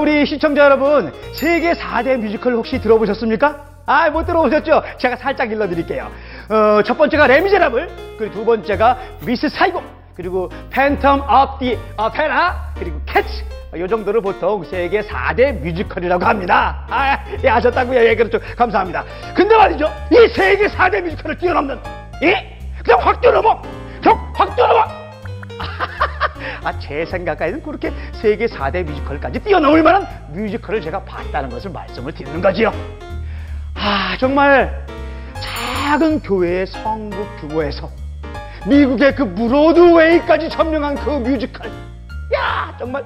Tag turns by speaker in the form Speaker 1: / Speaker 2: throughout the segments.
Speaker 1: 우리 시청자 여러분, 세계 4대 뮤지컬 혹시 들어보셨습니까? 아, 못 들어보셨죠? 제가 살짝 일러드릴게요. 어, 첫 번째가 레미제라블, 그리고 두 번째가 미스 사이공, 그리고 팬텀 오브 디 오페라, 그리고 캐치. 어, 요 정도를 보통 세계 4대 뮤지컬이라고 합니다. 아, 예, 아셨다고요? 예, 그렇죠. 감사합니다. 근데 말이죠. 이 세계 4대 뮤지컬을 뛰어넘는, 예? 그냥 확 뛰어넘어! 그냥 확 뛰어넘어! 아, 제 생각에는 그렇게 세계 4대 뮤지컬까지 뛰어넘을 만한 뮤지컬을 제가 봤다는 것을 말씀을 드리는 거지요. 아, 정말 작은 교회의 성국 규모에서 미국의 그 브로드웨이까지 점령한 그 뮤지컬. 야, 정말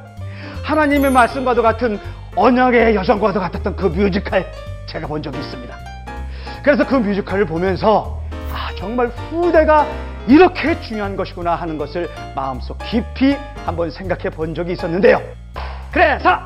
Speaker 1: 하나님의 말씀과도 같은 언약의 여정과도 같았던 그 뮤지컬 제가 본 적이 있습니다. 그래서 그 뮤지컬을 보면서 아 정말 후대가 이렇게 중요한 것이구나 하는 것을 마음속 깊이 한번 생각해 본 적이 있었는데요. 그래서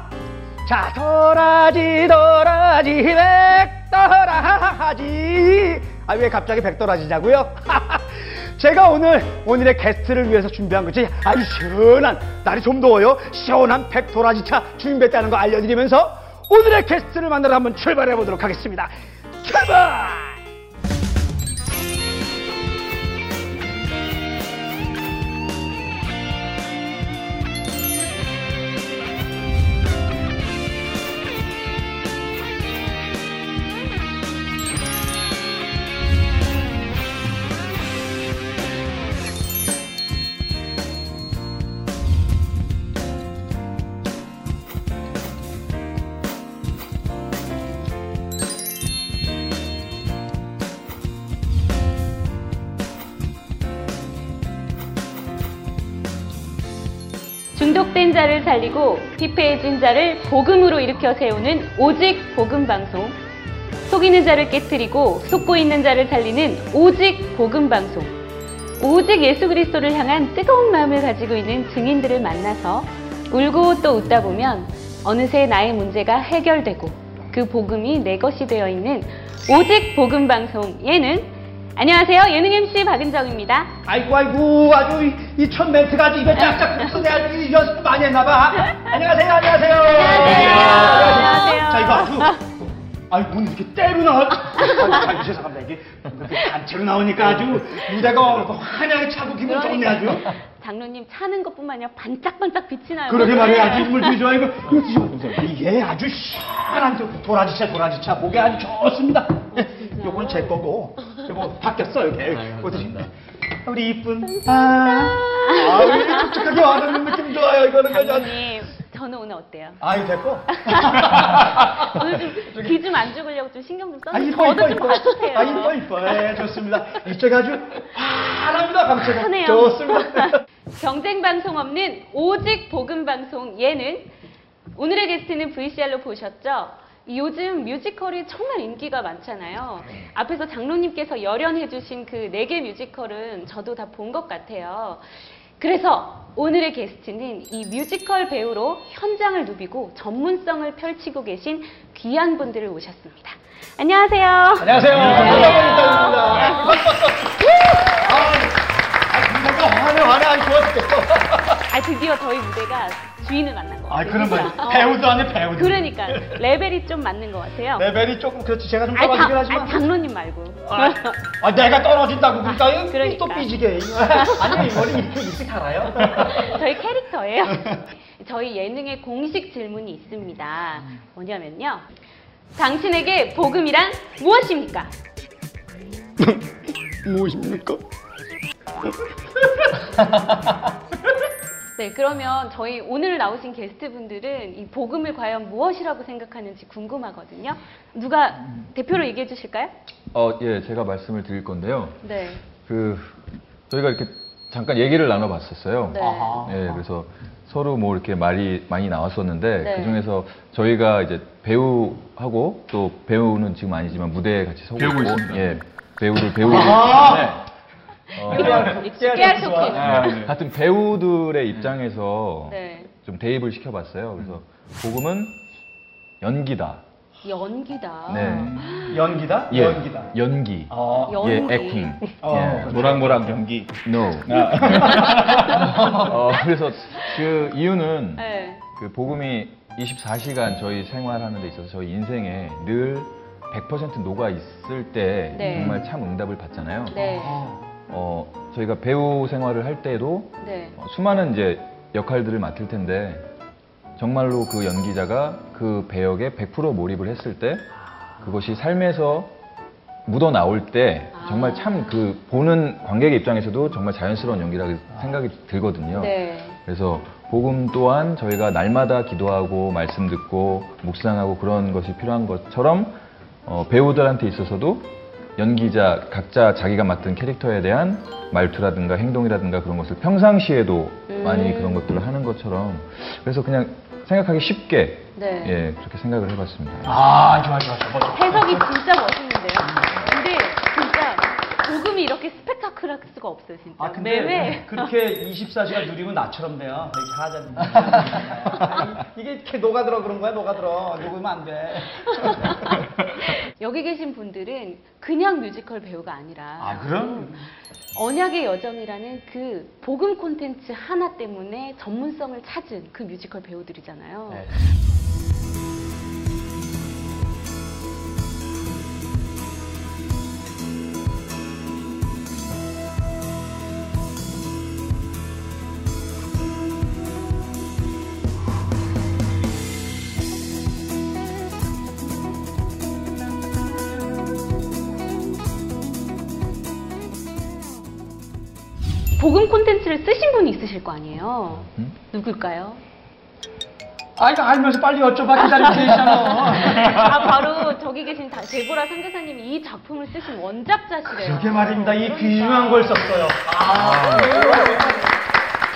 Speaker 1: 자 도라지 도라지 백도라지 아 왜 갑자기 백도라지냐고요? 제가 오늘 오늘의 게스트를 위해서 준비한 것이 아주 시원한 날이 좀 더워요 시원한 백도라지 차 준비했다는 거 알려드리면서 오늘의 게스트를 만나러 한번 출발해 보도록 하겠습니다. 출발!
Speaker 2: 중독된 자를 살리고 피폐해진 자를 복음으로 일으켜 세우는 오직 복음 방송. 속이는 자를 깨뜨리고 속고 있는 자를 살리는 오직 복음 방송. 오직 예수 그리스도를 향한 뜨거운 마음을 가지고 있는 증인들을 만나서 울고 또 웃다 보면 어느새 나의 문제가 해결되고 그 복음이 내 것이 되어 있는 오직 복음 방송 예능. 안녕하세요. 예능 MC 박은정입니다.
Speaker 1: 아이고 아이고 아주 이- 이첫 멘트가 아주 입에 짝짝 붙어 내가 이 연습 많이 했나봐 안녕하세요 안녕하세요
Speaker 2: 안녕하세요.
Speaker 1: 자 이거 아주 아이 문 이렇게 때로 나와 아이 아이, 죄송합니다 이게 이렇게 단체로 나오니까 아주 무대가 환하게 차고 기분 좋네 아주
Speaker 2: 장로님 차는 것뿐만 아니라 반짝반짝 빛이 나요. 네.
Speaker 1: 그러게 말이야 아주 물주좋 이거 이거 드셔보세요 이게 아주 시원한 저 도라지차 도라지차 목에 아주 좋습니다 예, 요건 제 거고 요거 바뀌었어 이렇게 어떠신 우리 이쁜 아 아, 우리 촉촉하게 와닿는 느낌 좋아요, 이거는. 그냥.
Speaker 2: 장로님 저는 오늘 어때요?
Speaker 1: 아이, 됐고.
Speaker 2: 오늘 좀 귀 좀 안 죽으려고 좀 신경 좀
Speaker 1: 아,
Speaker 2: 써주세요.
Speaker 1: 이뻐, 이뻐,
Speaker 2: 저도 좀
Speaker 1: 이뻐.
Speaker 2: 봐주세요.
Speaker 1: 아, 이뻐, 이뻐. 예, 좋습니다. 이쪽이 아주 환합니다, 감체가.
Speaker 2: 하네요.
Speaker 1: 좋습니다.
Speaker 2: 경쟁 방송 없는 오직 복음 방송 예능. 오늘의 게스트는 VCR로 보셨죠? 요즘 뮤지컬이 정말 인기가 많잖아요.
Speaker 1: 네.
Speaker 2: 앞에서 장로님께서 열연해주신 그 네 개 뮤지컬은 저도 다 본 것 같아요. 그래서 오늘의 게스트는 이 뮤지컬 배우로 현장을 누비고 전문성을 펼치고 계신 귀한 분들을 모셨습니다. 안녕하세요.
Speaker 1: 안녕하세요.
Speaker 2: 안녕하세요.
Speaker 1: 아, 화내, 화내, 아니, 좋아 죽겠어.
Speaker 2: 아 드디어 저희 무대가 주인을 만난 것
Speaker 1: 아,
Speaker 2: 같아요.
Speaker 1: 그런
Speaker 2: 진짜.
Speaker 1: 말이야.
Speaker 2: 어.
Speaker 1: 배우도 아니, 배우도.
Speaker 2: 그러니까 레벨이 좀 맞는 것 같아요.
Speaker 1: 레벨이 조금, 그렇지. 제가 좀
Speaker 2: 아니,
Speaker 1: 떨어지긴
Speaker 2: 당-
Speaker 1: 네, 뭐 하지만.
Speaker 2: 아니, 장로님 말고.
Speaker 1: 아, 아, 내가 떨어진다고 그러니까,
Speaker 2: 아,
Speaker 1: 이거 또
Speaker 2: 그러니까.
Speaker 1: 삐지게. 아니, 이 머리 이렇게 일찍 살아요?
Speaker 2: 저희 캐릭터예요. 저희 예능의 공식 질문이 있습니다. 뭐냐면요. 당신에게 복음이란 무엇입니까?
Speaker 1: 무엇입니까?
Speaker 2: 네, 그러면 저희 오늘 나오신 게스트분들은 이 복음을 과연 무엇이라고 생각하는지 궁금하거든요. 누가 대표로 얘기해 주실까요?
Speaker 3: 어, 예, 제가 말씀을 드릴 건데요.
Speaker 2: 네.
Speaker 3: 그 저희가 이렇게 잠깐 얘기를 나눠봤었어요.
Speaker 2: 네.
Speaker 1: 아하.
Speaker 3: 예, 그래서 서로 뭐 이렇게 말이 많이 나왔었는데
Speaker 2: 네.
Speaker 3: 그 중에서 저희가 이제 배우하고 또 배우는 지금 아니지만 무대에 같이 서고
Speaker 4: 배우고
Speaker 3: 있고,
Speaker 4: 있습니다.
Speaker 3: 예, 배우를 배우고
Speaker 1: 아하.
Speaker 3: 있는데 어,
Speaker 4: 네.
Speaker 2: 익숙해 할 토크.
Speaker 4: 아, 네.
Speaker 3: 같은 배우들의 입장에서
Speaker 2: 네.
Speaker 3: 좀 대입을 시켜봤어요. 그래서 복음은 연기다.
Speaker 2: 연기다.
Speaker 3: 네.
Speaker 1: 연기다?
Speaker 3: 예,
Speaker 1: 연기다.
Speaker 3: 연기.
Speaker 1: 어,
Speaker 3: 예,
Speaker 2: 연기.
Speaker 3: 액팅.
Speaker 1: 어,
Speaker 3: 예,
Speaker 1: 그렇죠.
Speaker 4: 모락모락 연기.
Speaker 3: No. 어, 아. 그래서 그 이유는
Speaker 2: 네.
Speaker 3: 그 복음이 24시간 저희 생활하는 데 있어서 저희 인생에 늘 100% 녹아 있을 때
Speaker 2: 네.
Speaker 3: 정말 참 응답을 받잖아요.
Speaker 2: 네.
Speaker 3: 어, 저희가 배우 생활을 할 때도
Speaker 2: 네.
Speaker 3: 어, 수많은 이제 역할들을 맡을 텐데 정말로 그 연기자가 그 배역에 100% 몰입을 했을 때 그것이 삶에서 묻어 나올 때
Speaker 2: 아.
Speaker 3: 정말 참 그 보는 관객의 입장에서도 정말 자연스러운 연기라고 생각이 들거든요.
Speaker 2: 네.
Speaker 3: 그래서 복음 또한 저희가 날마다 기도하고 말씀 듣고 묵상하고 그런 것이 필요한 것처럼 어, 배우들한테 있어서도 연기자 각자 자기가 맡은 캐릭터에 대한 말투라든가 행동이라든가 그런 것을 평상시에도
Speaker 2: 음.
Speaker 3: 많이 그런 것들을 하는 것처럼 그래서 그냥 생각하기 쉽게
Speaker 2: 네.
Speaker 3: 예 그렇게 생각을 해봤습니다.
Speaker 1: 아, 좋아, 좋아, 좋아. 멋져.
Speaker 2: 해석이 진짜 멋있는데요. 근데 진짜 복음이 이렇게 스펙타클할 수가 없어요, 진짜.
Speaker 1: 아, 근데
Speaker 2: 매회.
Speaker 1: 그렇게 24시간 누리면 나처럼 돼요. 이렇게 하자. 이게 이렇게 녹아들어 그런 거야, 녹아들어. 녹으면 안 돼. 네.
Speaker 2: 여기 계신 분들은 그냥 뮤지컬 배우가 아니라
Speaker 1: 그럼?
Speaker 2: 언약의 여정이라는 그 복음 콘텐츠 하나 때문에 전문성을 찾은 그 뮤지컬 배우들이잖아요.
Speaker 1: 네.
Speaker 2: 복음 콘텐츠를 쓰신 분이 있으실 거 아니에요.
Speaker 3: 음?
Speaker 2: 누굴까요?
Speaker 1: 아, 이거 알면서 빨리 여쭤봐. 기다리고 계시잖아.
Speaker 2: 아 바로 저기 계신 다- 데보라 상교사님이 이 작품을 쓰신 원작자시래요.
Speaker 1: 그렇게 말입니다. 이
Speaker 2: 그러니까.
Speaker 1: 귀중한 걸 썼어요. 아,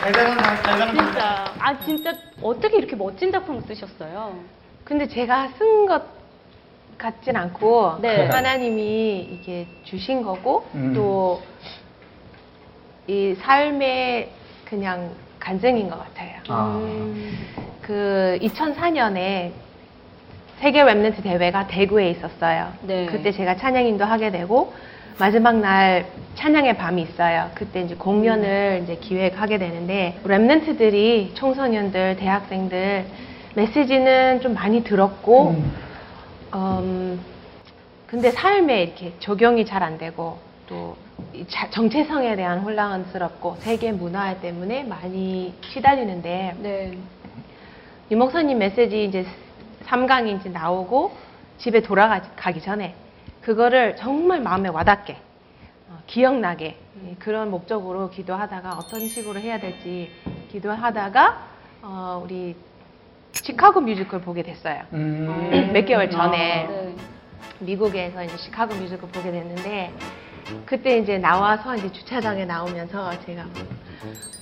Speaker 1: 대단한, 사- 대단한. 분.
Speaker 2: 진짜 아 진짜 어떻게 이렇게 멋진 작품을 쓰셨어요?
Speaker 4: 근데 제가 쓴 것 같진 않고
Speaker 2: 네.
Speaker 4: 하나님이 이게 주신 거고
Speaker 1: 음.
Speaker 4: 또 이 삶의 그냥 간증인 것 같아요.
Speaker 2: 음,
Speaker 4: 그 2004년에 세계 랩런트 대회가 대구에 있었어요.
Speaker 2: 네.
Speaker 4: 그때 제가 찬양인도 하게 되고 마지막 날 찬양의 밤이 있어요. 그때 이제 공연을 이제 기획하게 되는데 랩런트들이 청소년들, 대학생들 메시지는 좀 많이 들었고 음, 근데 삶에 이렇게 적용이 잘 안 되고 또이 자- 정체성에 대한 혼란스럽고 세계 문화 때문에 많이 시달리는데
Speaker 2: 네.
Speaker 4: 유 목사님 메시지 이제 3강이 이제 나오고 집에 돌아가기 전에 그거를 정말 마음에 와닿게 어, 기억나게 예, 그런 목적으로 기도하다가 어떤 식으로 해야 될지 기도하다가 어, 우리 시카고 뮤지컬 보게 됐어요.
Speaker 1: 음.
Speaker 4: 몇 개월
Speaker 1: 아.
Speaker 4: 전에
Speaker 2: 네.
Speaker 4: 미국에서 이제 시카고 뮤지컬 보게 됐는데 그때 이제 나와서 이제 주차장에 나오면서 제가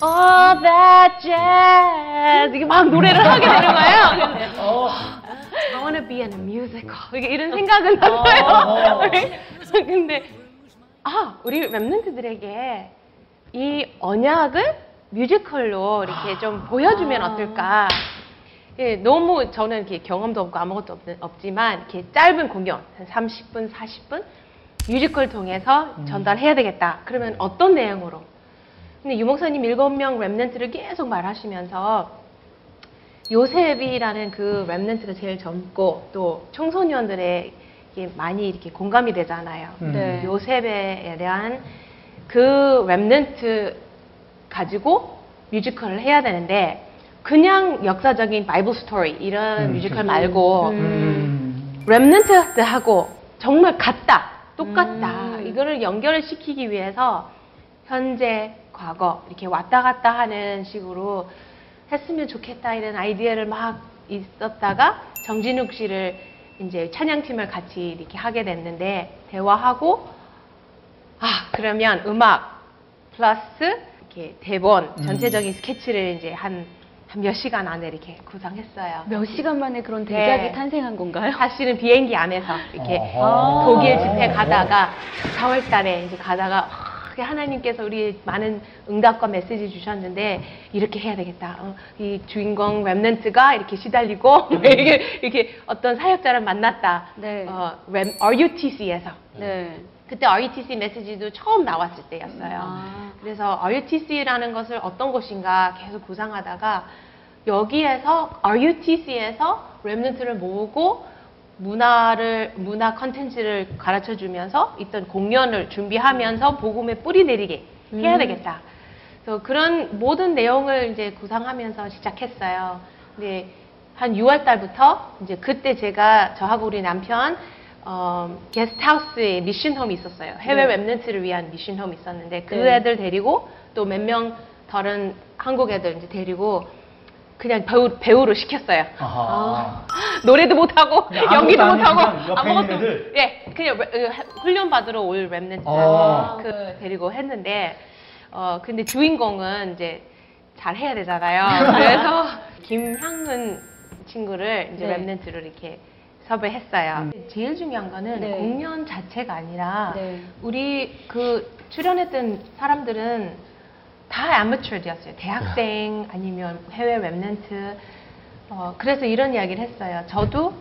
Speaker 4: All that jazz 이게 막 노래를 하게 되는 거예요. 근데
Speaker 1: 어.
Speaker 4: I wanna be in a musical. 이게 이런 생각은 났어요. 근데 아 우리 랩런트들에게 이 언약을 뮤지컬로 이렇게 좀 보여주면
Speaker 2: 아.
Speaker 4: 어떨까? 예, 너무 저는 이렇게 경험도 없고 아무것도 없지만 이렇게 짧은 공연 한 30분, 40분 뮤지컬 통해서 전달해야 되겠다. 그러면 어떤 내용으로? 근데 유목사님 7명 랩런트를 계속 말하시면서 요셉이라는 그 랩런트가 제일 젊고 또 청소년들의 이게 많이 이렇게 공감이 되잖아요.
Speaker 1: 음.
Speaker 2: 네.
Speaker 4: 요셉에 대한 그 랩런트 가지고 뮤지컬을 해야 되는데 그냥 역사적인 바이블 스토리 이런
Speaker 1: 음,
Speaker 2: 그렇죠.
Speaker 4: 뮤지컬 말고
Speaker 1: 음.
Speaker 4: 랩런트하고 정말 같다, 똑같다.
Speaker 2: 음.
Speaker 4: 이거를 연결을 시키기 위해서 현재, 과거 이렇게 왔다 갔다 하는 식으로 했으면 좋겠다 이런 아이디어를 막 있었다가 정진욱 씨를 이제 찬양팀을 같이 이렇게 하게 됐는데 대화하고 아 그러면 음악 플러스 이렇게 대본
Speaker 1: 음.
Speaker 4: 전체적인 스케치를 이제 한 한 몇 시간 안에 이렇게
Speaker 1: 네.
Speaker 4: 구상했어요.
Speaker 2: 몇 시간 만에 그런
Speaker 4: 네. 아.
Speaker 2: 대작이 탄생한 건가요? 아.
Speaker 4: 사실은 비행기 안에서 이렇게
Speaker 1: 어허.
Speaker 4: 독일 집회 가다가 4월 달에 이제 가다가 아, 이게 하나님께서 우리 많은 응답과 메시지 주셨는데 이렇게 해야 되겠다. 어, 이 주인공 랩런트가 이렇게 시달리고 이렇게 이렇게 어떤 사역자를 만났다.
Speaker 2: 네.
Speaker 4: 어, 랩- RUTC에서
Speaker 2: 네.
Speaker 4: 그때 RUTC 메시지도 처음 나왔을 때였어요.
Speaker 2: 아.
Speaker 4: 그래서 RUTC라는 것을 어떤 것인가 계속 구상하다가 여기에서 RUTC에서 랩런트를 모으고 문화를 문화 컨텐츠를 가르쳐 주면서 있던 공연을 준비하면서 복음의 뿌리 내리게 해야 되겠다. 그래서 그런 모든 내용을 이제 구상하면서 시작했어요. 근데 한 6월 달부터 이제 그때 제가 저하고 우리 남편 어, 게스트하우스에 미션홈이 있었어요. 해외 웹런트를 위한 미션홈이 있었는데 그
Speaker 2: 네.
Speaker 4: 애들 데리고 또 몇 명 다른 한국 애들 이제 데리고 그냥 배우 배우로 시켰어요.
Speaker 1: 아하.
Speaker 4: 노래도 못하고
Speaker 1: 아무것도
Speaker 4: 연기도
Speaker 1: 안
Speaker 4: 못하고
Speaker 1: 해주면 옆에 있는
Speaker 4: 아무것도
Speaker 1: 애들?
Speaker 4: 예 그냥 왜- 어, 훈련 받으러 올 랩런트
Speaker 1: 아.
Speaker 4: 그 데리고 했는데 어 근데 주인공은 이제 잘 해야 되잖아요. 그래서 김향은 친구를 이제
Speaker 2: 네.
Speaker 4: 랩런트로 이렇게 섭외했어요.
Speaker 1: 음.
Speaker 4: 제일 중요한 거는
Speaker 2: 네.
Speaker 4: 공연 자체가 아니라
Speaker 2: 네.
Speaker 4: 우리 그 출연했던 사람들은 다 아마추어들이었어요. 대학생 아니면 해외 웹런트. 어, 그래서 이런 이야기를 했어요. 저도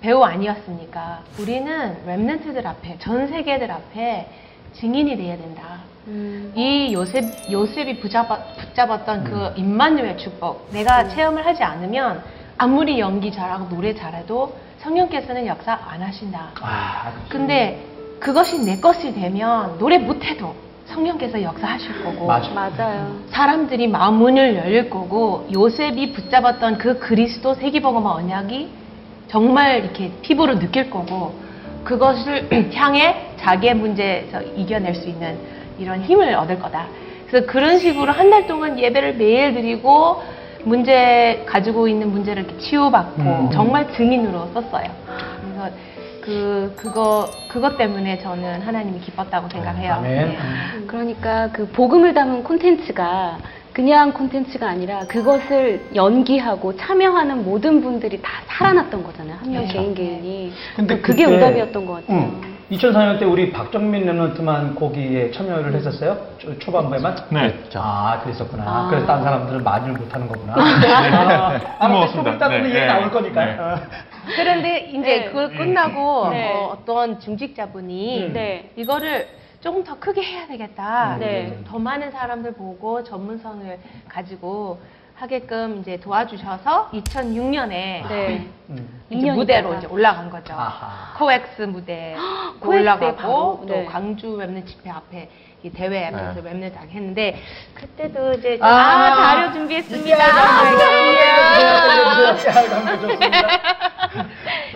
Speaker 4: 배우 아니었으니까 우리는 웹런트들 앞에 전 세계들 앞에 증인이 돼야 된다. 이 요셉 요셉이 붙잡아, 붙잡았던 그
Speaker 1: 음.
Speaker 4: 임마누엘 축복 내가 체험을 하지 않으면 아무리 연기 잘하고 노래 잘해도 성령께서는 역사 안 하신다.
Speaker 1: 아,
Speaker 4: 근데 그것이 내 것이 되면 노래 못해도 성령께서 역사하실 거고
Speaker 1: 맞아.
Speaker 2: 맞아요.
Speaker 4: 사람들이 마음 문을 열릴 거고 요셉이 붙잡았던 그 그리스도 세기복음화 언약이 정말 이렇게 피부로 느낄 거고 그것을 향해 자기의 문제에서 이겨낼 수 있는 이런 힘을 얻을 거다. 그래서 그런 식으로 한 달 동안 예배를 매일 드리고 문제 가지고 있는 문제를 이렇게 치유받고
Speaker 1: 음.
Speaker 4: 정말 증인으로 썼어요. 그래서 그 그거 그것 때문에 저는 하나님이 기뻤다고 생각해요.
Speaker 1: 아멘.
Speaker 4: 네.
Speaker 2: 그러니까 그 복음을 담은 콘텐츠가 그냥 콘텐츠가 아니라 그것을 연기하고 참여하는 모든 분들이 다 살아났던 거잖아요. 한 명
Speaker 4: 네.
Speaker 2: 개인 개인이.
Speaker 1: 근데 그때-
Speaker 2: 그게
Speaker 1: 음.
Speaker 2: 응답이었던 것 같아요.
Speaker 1: 2004년 때 우리 박정민 랩런트만 거기에 참여를 했었어요? 초, 초반부에만?
Speaker 5: 네.
Speaker 1: 아, 그랬었구나.
Speaker 2: 아.
Speaker 1: 그래서 다른 사람들은 많이를 못하는 거구나. 아, 아무튼
Speaker 5: 네. 고맙습니다.
Speaker 1: 조금 있다는
Speaker 5: 네,
Speaker 1: 얘기
Speaker 5: 네.
Speaker 1: 나올 거니까.
Speaker 5: 네.
Speaker 1: 아.
Speaker 4: 그런데 이제
Speaker 2: 네.
Speaker 4: 그걸 끝나고
Speaker 2: 네.
Speaker 4: 어, 떤 중직자분이
Speaker 1: 음.
Speaker 2: 네.
Speaker 4: 이거를 조금 더 크게 해야 되겠다.
Speaker 2: 네.
Speaker 4: 좀더 많은 사람들 보고 전문성을 가지고 하게끔 이제 도와주셔서 2006년에
Speaker 2: 네.
Speaker 1: 음.
Speaker 2: 육년
Speaker 4: 무대로
Speaker 2: 있다가.
Speaker 4: 이제 올라간 거죠.
Speaker 1: 아하.
Speaker 4: 코엑스 무대
Speaker 2: 코엑스에
Speaker 4: 올라가고
Speaker 2: 바로,
Speaker 4: 또
Speaker 2: 네.
Speaker 4: 광주 웹넷 집회 앞에 이 대회 웹넷 웹넷 당 했는데 그때도
Speaker 1: 네.
Speaker 4: 이제
Speaker 1: 아,
Speaker 4: 아, 자료
Speaker 1: 예,
Speaker 4: 준비했습니다.
Speaker 1: 감사합니다. 예, 감사합니다. 좋습니다.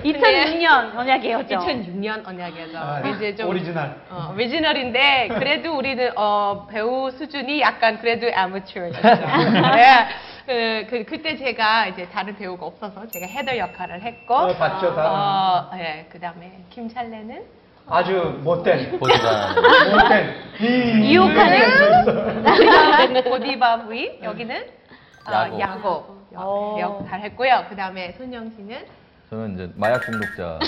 Speaker 2: 2006년 언약이었죠.
Speaker 4: 2006년 언약에서
Speaker 1: 아,
Speaker 4: 이제 좀
Speaker 1: 오리지널.
Speaker 4: 어, 오리지널인데 그래도 우리는 어, 배우 수준이 약간 그래도 아마추어였죠. 네. 그, 그, 그때 제가 이제 다른 배우가 없어서 제가 헤더 역할을 했고
Speaker 1: 어, 봤죠, 다.
Speaker 4: 어, 예, 그다음에 김찰레는
Speaker 1: 아주 못된.
Speaker 3: 보지가
Speaker 1: 못된. 이.
Speaker 4: 이옥하는 그다음에 오디바 부이 여기는 어,
Speaker 3: 야곱.
Speaker 4: 야곱
Speaker 2: 어.
Speaker 4: 역- 역할 했고요. 그다음에 손영 씨는
Speaker 3: 저는 이제 마약 중독자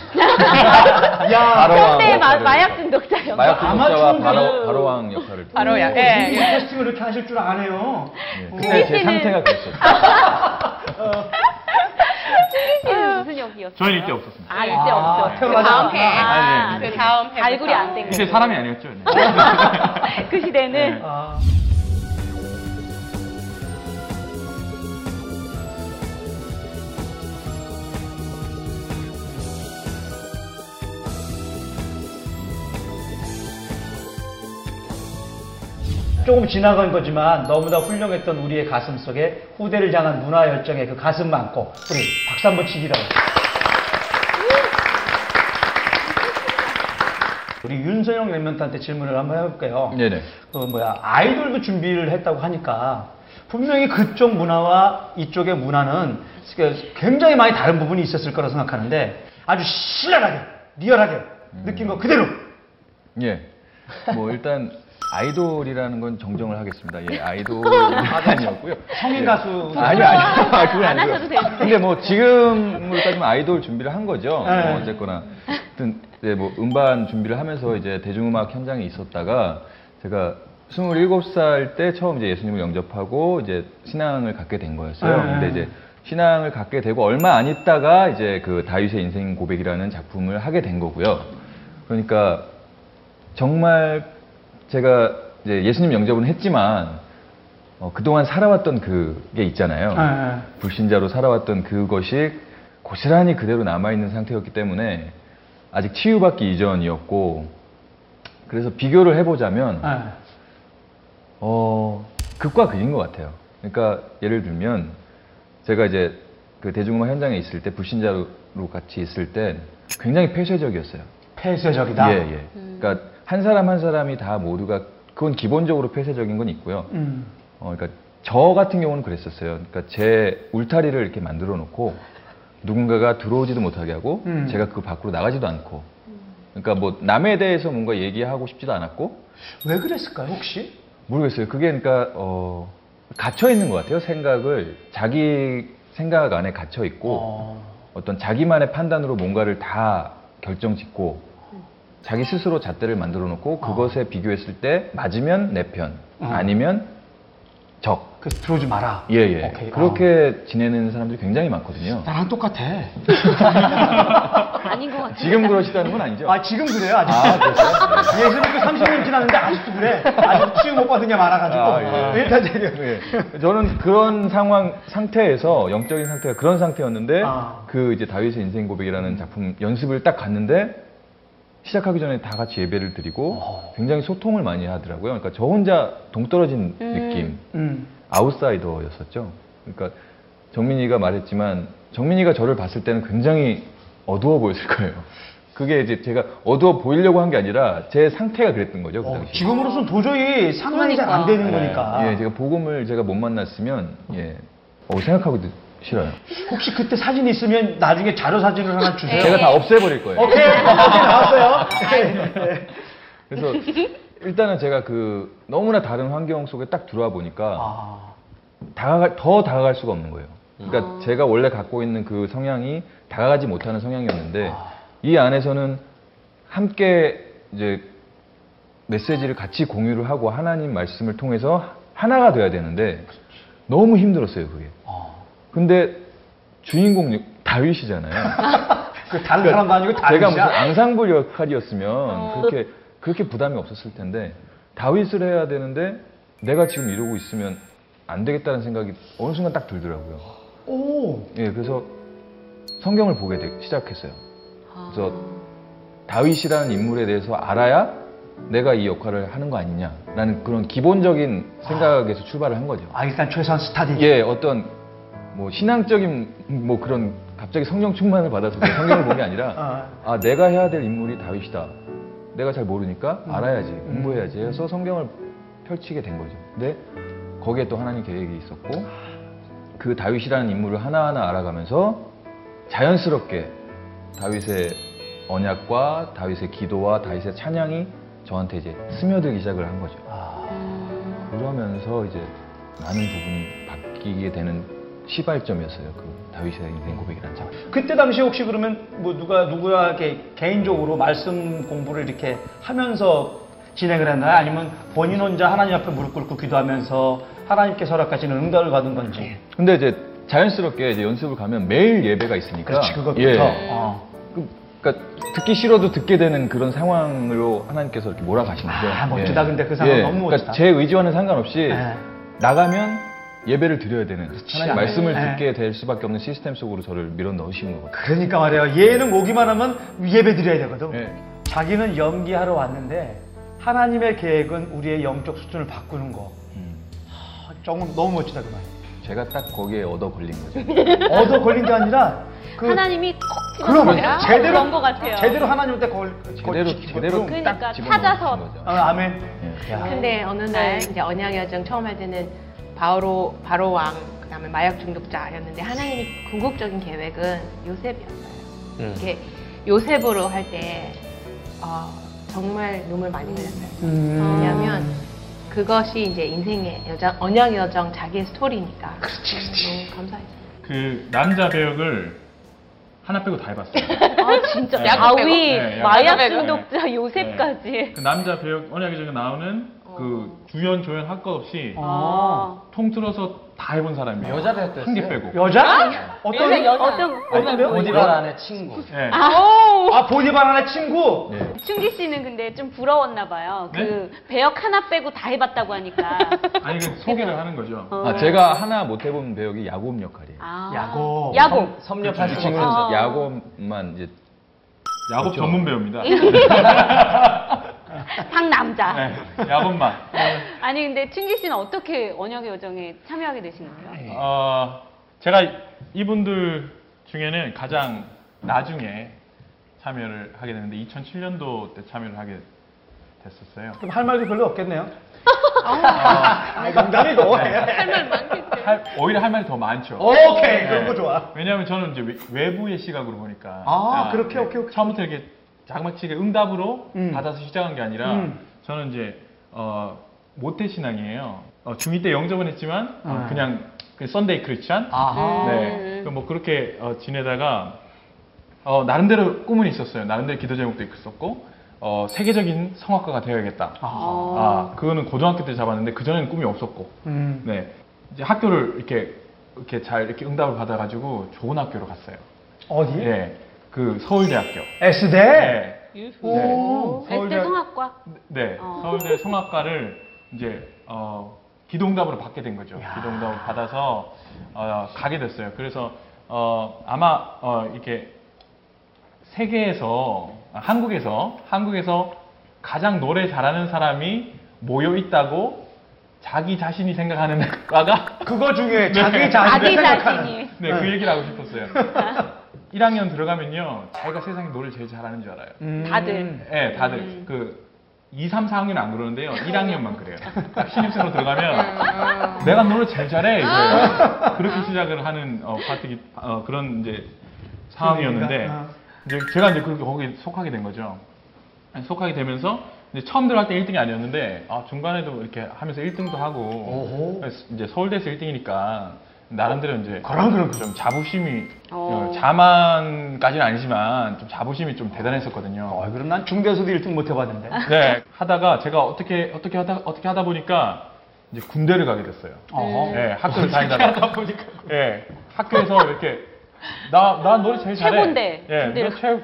Speaker 1: 야.
Speaker 3: 바로왕
Speaker 2: 네, 마,
Speaker 3: 역할을-
Speaker 2: 마약 중독자요.
Speaker 3: 마약 중독자와
Speaker 1: 아마추어인가요?
Speaker 3: 바로 바로왕 역할을
Speaker 4: 바로 야.
Speaker 1: 예.
Speaker 4: 예, 예.
Speaker 1: 캐스팅을 이렇게 하실 줄 아네요.
Speaker 3: 네. 그때 제
Speaker 2: 씨는-
Speaker 3: 상태가 그랬어요.
Speaker 2: 무슨 아. 역이었어요?
Speaker 5: 저는 이때 없었습니다.
Speaker 2: 아, 이때
Speaker 1: 아,
Speaker 2: 없죠. 그
Speaker 1: 태어나자마자.
Speaker 2: 다음 해.
Speaker 5: 아,
Speaker 2: 아,
Speaker 5: 네, 네.
Speaker 4: 그 다음 해부터.
Speaker 2: 발굴이 안 된
Speaker 5: 이때
Speaker 2: 거예요.
Speaker 5: 사람이 아니었죠. 네.
Speaker 2: 그 시대는
Speaker 1: 아. 조금 지나간 거지만 너무나 훌륭했던 우리의 가슴 속에 후대를 향한 문화 열정의 그 가슴 많고 우리 박수 한번 치기로. 우리 윤서영 랩멘트한테 질문을 한번 해볼게요.
Speaker 3: 네네.
Speaker 1: 그 뭐야 아이돌도 준비를 했다고 하니까 분명히 그쪽 문화와 이쪽의 문화는 굉장히 많이 다른 부분이 있었을 거라 생각하는데 아주 신랄하게 리얼하게
Speaker 3: 음.
Speaker 1: 느낀 거 그대로
Speaker 3: 예. 뭐 일단 아이돌이라는 건 정정을 하겠습니다. 예, 아이돌은 아니었고요.
Speaker 1: 성인
Speaker 3: 예.
Speaker 1: 가수.
Speaker 3: 아니요, 아니요. 아, 그건
Speaker 2: 뭐 안
Speaker 3: 아니고요.
Speaker 2: 하셔도 되는데.
Speaker 3: 근데 뭐 지금으로 따지면 아이돌 준비를 한 거죠.
Speaker 1: 네.
Speaker 3: 뭐 어쨌거나. 하여튼 이제 뭐 음반 준비를 하면서 이제 대중음악 현장에 있었다가 제가 27살 때 처음 이제 예수님을 영접하고 이제 신앙을 갖게 된 거였어요.
Speaker 1: 네.
Speaker 3: 근데 이제 신앙을 갖게 되고 얼마 안 있다가 이제 그 다윗의 인생 고백이라는 작품을 하게 된 거고요. 그러니까 정말 제가 이제 예수님 영접은 했지만 어, 그동안 살아왔던 그게 있잖아요.
Speaker 1: 아,
Speaker 3: 불신자로 살아왔던 그것이 고스란히 그대로 남아있는 상태였기 때문에 아직 치유받기 이전이었고 그래서 비교를 해보자면
Speaker 1: 아,
Speaker 3: 어, 극과 극인 것 같아요. 그러니까 예를 들면 제가 이제 그 대중음악 현장에 있을 때 불신자로 같이 있을 때 굉장히 폐쇄적이었어요.
Speaker 1: 폐쇄적이다. 음.
Speaker 3: 예, 예. 그러니까 한 사람 한 사람이 다 모두가 그건 기본적으로 폐쇄적인 건 있고요.
Speaker 1: 음.
Speaker 3: 어, 그러니까 저 같은 경우는 그랬었어요. 그러니까 제 울타리를 이렇게 만들어 놓고 누군가가 들어오지도 못하게 하고
Speaker 1: 음.
Speaker 3: 제가 그 밖으로 나가지도 않고 그러니까 뭐 남에 대해서 뭔가 얘기하고 싶지도 않았고
Speaker 1: 왜 그랬을까요, 혹시?
Speaker 3: 모르겠어요. 그게 그러니까 어, 갇혀 있는 것 같아요. 생각을 자기 생각 안에 갇혀 있고
Speaker 1: 어.
Speaker 3: 어떤 자기만의 판단으로 뭔가를 다 결정짓고
Speaker 1: 음.
Speaker 3: 자기 스스로 잣대를 만들어 놓고 그것에 비교했을 때 맞으면 내 편,
Speaker 1: 어.
Speaker 3: 아니면 적.
Speaker 1: 그래서 들어오지 마라.
Speaker 3: 예, 예.
Speaker 1: 오케이.
Speaker 3: 그렇게 지내는 사람들이 굉장히 많거든요.
Speaker 1: 아. 나랑 똑같아.
Speaker 2: 아닌 것 같아요.
Speaker 3: 지금 그러시다는 건 아니죠?
Speaker 1: 아, 지금 그래요, 아직.
Speaker 3: 아, 그렇죠.
Speaker 1: 예수님께 30년 지났는데 아직도 그래. 아직 치유 못 받은 게 많아가지고. 어.
Speaker 3: 아, 예.
Speaker 1: 일단 재료.
Speaker 3: 예. 저는 그런 상황 상태에서 영적인 상태가 그런 상태였는데
Speaker 1: 아.
Speaker 3: 그 이제 다윗의 인생 고백이라는 작품 연습을 딱 갔는데 시작하기 전에 다 같이 예배를 드리고
Speaker 1: 오.
Speaker 3: 굉장히 소통을 많이 하더라고요. 그러니까 저 혼자 동떨어진
Speaker 2: 음.
Speaker 3: 느낌,
Speaker 1: 음.
Speaker 3: 아웃사이더였었죠. 그러니까 정민이가 말했지만 정민이가 저를 봤을 때는 굉장히 어두워 보였을 거예요. 그게 이제 제가 어두워 보이려고 한 게 아니라 제 상태가 그랬던 거죠. 그
Speaker 1: 어,
Speaker 3: 당시에.
Speaker 1: 지금으로서는 도저히 상황이 잘 안 되는 거니까.
Speaker 3: 예, 제가 복음을 제가 못 만났으면 예, 어, 생각하고도 싫어요.
Speaker 1: 혹시 그때 사진 있으면 나중에 자료 사진을 하나 주세요.
Speaker 3: 네. 제가 다 없애버릴 거예요.
Speaker 1: 오케이, 오케이, 나왔어요. 네.
Speaker 3: 그래서 일단은 제가 그 너무나 다른 환경 속에 딱 들어와 보니까
Speaker 1: 아,
Speaker 3: 다가갈, 더 다가갈 수가 없는 거예요. 그러니까 제가 원래 갖고 있는 그 성향이 다가가지 못하는 성향이었는데 이 안에서는 함께 이제 메시지를 같이 공유를 하고 하나님 말씀을 통해서 하나가 돼야 되는데 너무 힘들었어요 그게.
Speaker 1: 어.
Speaker 3: 근데 주인공 역- 다윗이잖아요.
Speaker 1: 그 다른 사람도 아니고 다른
Speaker 3: 그러니까
Speaker 1: 어.
Speaker 3: 제가 무슨
Speaker 1: 사람.
Speaker 3: 앙상블 역할이었으면 그렇게 그렇게 부담이 없었을 텐데 다윗을 해야 되는데 내가 지금 이러고 있으면 안 되겠다는 생각이 어느 순간 딱 들더라고요.
Speaker 1: 오.
Speaker 3: 예, 그래서 성경을 보게 되- 시작했어요.
Speaker 1: 아.
Speaker 3: 그래서 다윗이라는 인물에 대해서 알아야 내가 이 역할을 하는 거 아니냐라는 그런 기본적인 생각에서 출발을 한 거죠.
Speaker 1: 아, 일단 최소한 스타디.
Speaker 3: 예, 어떤 뭐 신앙적인 뭐 그런 갑자기 성령 충만을 받아서 그 성경을 본 게 아니라
Speaker 1: 아,
Speaker 3: 아 내가 해야 될 인물이 다윗이다. 내가 잘 모르니까 알아야지 공부해야지 해서 성경을 펼치게 된 거죠. 근데 거기에 또 하나님 계획이 있었고 그 다윗이라는 인물을 하나하나 알아가면서 자연스럽게 다윗의 언약과 다윗의 기도와 다윗의 찬양이 저한테 이제 스며들기 시작을 한 거죠.
Speaker 1: 아,
Speaker 3: 그러면서 이제 많은 부분이 바뀌게 되는 시발점이었어요. 그 다윗의 인생 고백이라는 작품.
Speaker 1: 그때 당시에 혹시 그러면 뭐 누가 누구에게 개인적으로 말씀 공부를 이렇게 하면서 진행을 했나요? 아니면 본인 혼자 하나님 앞에 무릎 꿇고 기도하면서 하나님께 설악하시는 응답을 받은 건지.
Speaker 3: 근데 이제 자연스럽게 이제 연습을 가면 매일 예배가 있으니까.
Speaker 1: 그렇죠, 그렇지, 그것부터.
Speaker 3: 예.
Speaker 1: 어.
Speaker 3: 그, 러니까 듣기 싫어도 듣게 되는 그런 상황으로 하나님께서 이렇게 몰아가신 거죠.
Speaker 1: 아, 멋지다. 근데 그 상황 너무 멋지다.
Speaker 3: 그러니까 제 의지와는 상관없이
Speaker 1: 예.
Speaker 3: 나가면 예배를 드려야 되는 하나님 말씀을
Speaker 1: 예.
Speaker 3: 듣게 될 수밖에 없는 시스템 속으로 저를 밀어 넣으신 것 같아요.
Speaker 1: 그러니까 말이에요. 얘는 오기만 하면 예배 드려야 되거든.
Speaker 3: 예.
Speaker 1: 자기는 연기하러 왔는데 하나님의 계획은 우리의 영적 수준을 바꾸는 거.
Speaker 3: 음,
Speaker 1: 아, 정말 너무 멋지다 그 말.
Speaker 3: 제가 딱 거기에 얻어 걸린 거죠.
Speaker 1: 얻어 걸린 게 아니라 그
Speaker 2: 하나님이 콕
Speaker 1: 그럼
Speaker 2: 집어넣어라
Speaker 1: 제대로-
Speaker 2: 그런 것 같아요.
Speaker 1: 제대로 하나님 때 걸, 걸-
Speaker 3: 제대로
Speaker 1: 걸-
Speaker 3: 제대로
Speaker 1: 걸-
Speaker 2: 그러니까
Speaker 3: 딱 집어넣으신
Speaker 2: 찾아서.
Speaker 3: 거죠.
Speaker 1: 어, 아멘.
Speaker 3: 예.
Speaker 1: 야.
Speaker 4: 근데 어느 날 이제 언양 여정 처음 할 때는 바로 바로 왕 그다음에 마약 중독자였는데 하나님이 궁극적인 계획은 요셉이었어요. 이게 요셉으로 할 때 어, 정말 눈물 많이 흘렸어요.
Speaker 1: 음.
Speaker 4: 왜냐하면 그것이 이제 인생의 여정 언양 여정 자기의 스토리니까. 그렇지 그렇지. 너무 감사했어요.
Speaker 5: 그 남자 배역을 하나 빼고 다 해봤어요.
Speaker 2: 아 진짜
Speaker 5: 네.
Speaker 4: 그러니까
Speaker 2: 아위
Speaker 5: 네, 약간
Speaker 2: 마약
Speaker 5: 빼고.
Speaker 2: 중독자 요셉까지.
Speaker 5: 그 남자 배역 언약의 전에 나오는 그 구연 조연 할 것 없이
Speaker 2: 아.
Speaker 1: 어.
Speaker 5: 통틀어서 다 해본 사람이에요.
Speaker 6: 여자를 했대요.
Speaker 5: 한 개 빼고.
Speaker 1: 여자? 어떤
Speaker 2: 아? 여자, 여자.
Speaker 1: 어떤
Speaker 6: 오디발 안에 친구.
Speaker 5: 네.
Speaker 2: 아오!
Speaker 1: 아 보디바나나 친구.
Speaker 3: 네.
Speaker 2: 충기 씨는 근데 좀 부러웠나 봐요. 그
Speaker 5: 네?
Speaker 2: 배역 하나 빼고 다 해봤다고 하니까.
Speaker 5: 아니 그 소개를 하는 거죠.
Speaker 2: 어.
Speaker 3: 아, 제가 하나 못 해본 배역이 야곱 역할이에요.
Speaker 2: 아.
Speaker 1: 야곱.
Speaker 2: 야곱.
Speaker 6: 섭렵할
Speaker 3: 이
Speaker 6: 수
Speaker 3: 친구는
Speaker 6: 없어.
Speaker 2: 아.
Speaker 3: 야곱만 이제
Speaker 5: 야곱
Speaker 3: 그렇죠.
Speaker 5: 전문 배우입니다.
Speaker 2: 상남자.
Speaker 5: 네. 야곱만.
Speaker 2: 아니 근데 충기 씨는 어떻게 언역의 여정에 참여하게 되신 거예요?
Speaker 5: 어, 제가 이분들 중에는 가장 나중에 참여를 하게 되는데 2007년도 때 참여를 하게 됐었어요.
Speaker 1: 그럼 할 말도 별로 없겠네요. 아, 농담이고.
Speaker 2: 할말 많겠죠.
Speaker 5: 할- 오히려 할 말이 더 많죠.
Speaker 1: 오케이
Speaker 5: 네.
Speaker 1: 그런 거 좋아.
Speaker 5: 왜냐하면 저는 이제 외- 외부의 시각으로 보니까
Speaker 1: 아,
Speaker 5: 야,
Speaker 1: 그렇게,
Speaker 5: 네.
Speaker 1: 오케이, 오케이.
Speaker 5: 처음부터 이렇게 장막치게 응답으로
Speaker 1: 음.
Speaker 5: 받아서 시작한 게 아니라
Speaker 1: 음.
Speaker 5: 저는 이제 어, 모태 신앙이에요. 어, 중2 때 영접은 했지만 어,
Speaker 1: 아.
Speaker 5: 그냥 그 썬데이 크리스찬
Speaker 6: 아하.
Speaker 5: 네. 그뭐 그렇게 어, 지내다가 어, 나름대로 꿈은 있었어요. 나름대로 기도 제목도 있었고 어, 세계적인 성악가가 되어야겠다. 아,
Speaker 2: 음.
Speaker 5: 그거는 고등학교 때 잡았는데 그 전에는 꿈이 없었고
Speaker 1: 음.
Speaker 5: 네. 이제 학교를 이렇게 이렇게 잘 이렇게 응답을 받아가지고 좋은 학교로 갔어요.
Speaker 1: 어디?
Speaker 5: 예. 그 서울대학교.
Speaker 1: S대.
Speaker 5: 네.
Speaker 1: 오.
Speaker 2: 에스테 성악과.
Speaker 5: 네.
Speaker 2: 어.
Speaker 5: 서울대 성악과를 이제 어, 기동답으로 받게 된 거죠. 기동답을 받아서 어, 가게 됐어요. 그래서 어, 아마 어, 이렇게 세계에서 아, 한국에서 한국에서 가장 노래 잘하는 사람이 모여 있다고 자기 자신이 생각하는 과가
Speaker 1: 그거 중에 자기
Speaker 2: 아기
Speaker 1: 자신을 생각하는.
Speaker 2: 자신이.
Speaker 5: 네, 그 얘기를 하고 싶었어요. 1학년 들어가면요, 자기가 세상에 노래를 제일 잘하는 줄 알아요.
Speaker 1: 음.
Speaker 2: 다들.
Speaker 5: 네, 다들. 그, 2, 3, 4학년 안 그러는데요, 1학년만 그래요. 딱 신입생으로 들어가면, 내가 노래 제일 잘해. 이거예요. 그렇게 시작을 하는 어, 파트기, 어, 그런 이제 상황이었는데,
Speaker 1: 아.
Speaker 5: 이제 제가 이제 그렇게 거기 속하게 된 거죠. 속하게 되면서, 이제 처음 들어갈 때 1등이 아니었는데, 아, 중간에도 이렇게 하면서 1등도 하고,
Speaker 1: 오호.
Speaker 5: 그래서 이제 서울대에서 1등이니까 나름대로 이제
Speaker 1: 그럼, 그럼,
Speaker 5: 좀 자부심이
Speaker 2: 어.
Speaker 5: 어, 자만까지는 아니지만 좀 자부심이 좀 대단했었거든요.
Speaker 1: 어, 그럼 난 중대에서도 1등 못
Speaker 2: 아,
Speaker 1: 해봤는데.
Speaker 5: 네 하다가 제가 어떻게 어떻게 하다 어떻게 하다 보니까 이제 군대를 가게 됐어요.
Speaker 2: 아.
Speaker 1: 어허.
Speaker 5: 네, 학교를 다니다가 네, 학교에서 이렇게 나, 나 노래 제일 잘해.
Speaker 2: 최고인데,
Speaker 5: 예, 너
Speaker 2: 군대를
Speaker 5: 최고,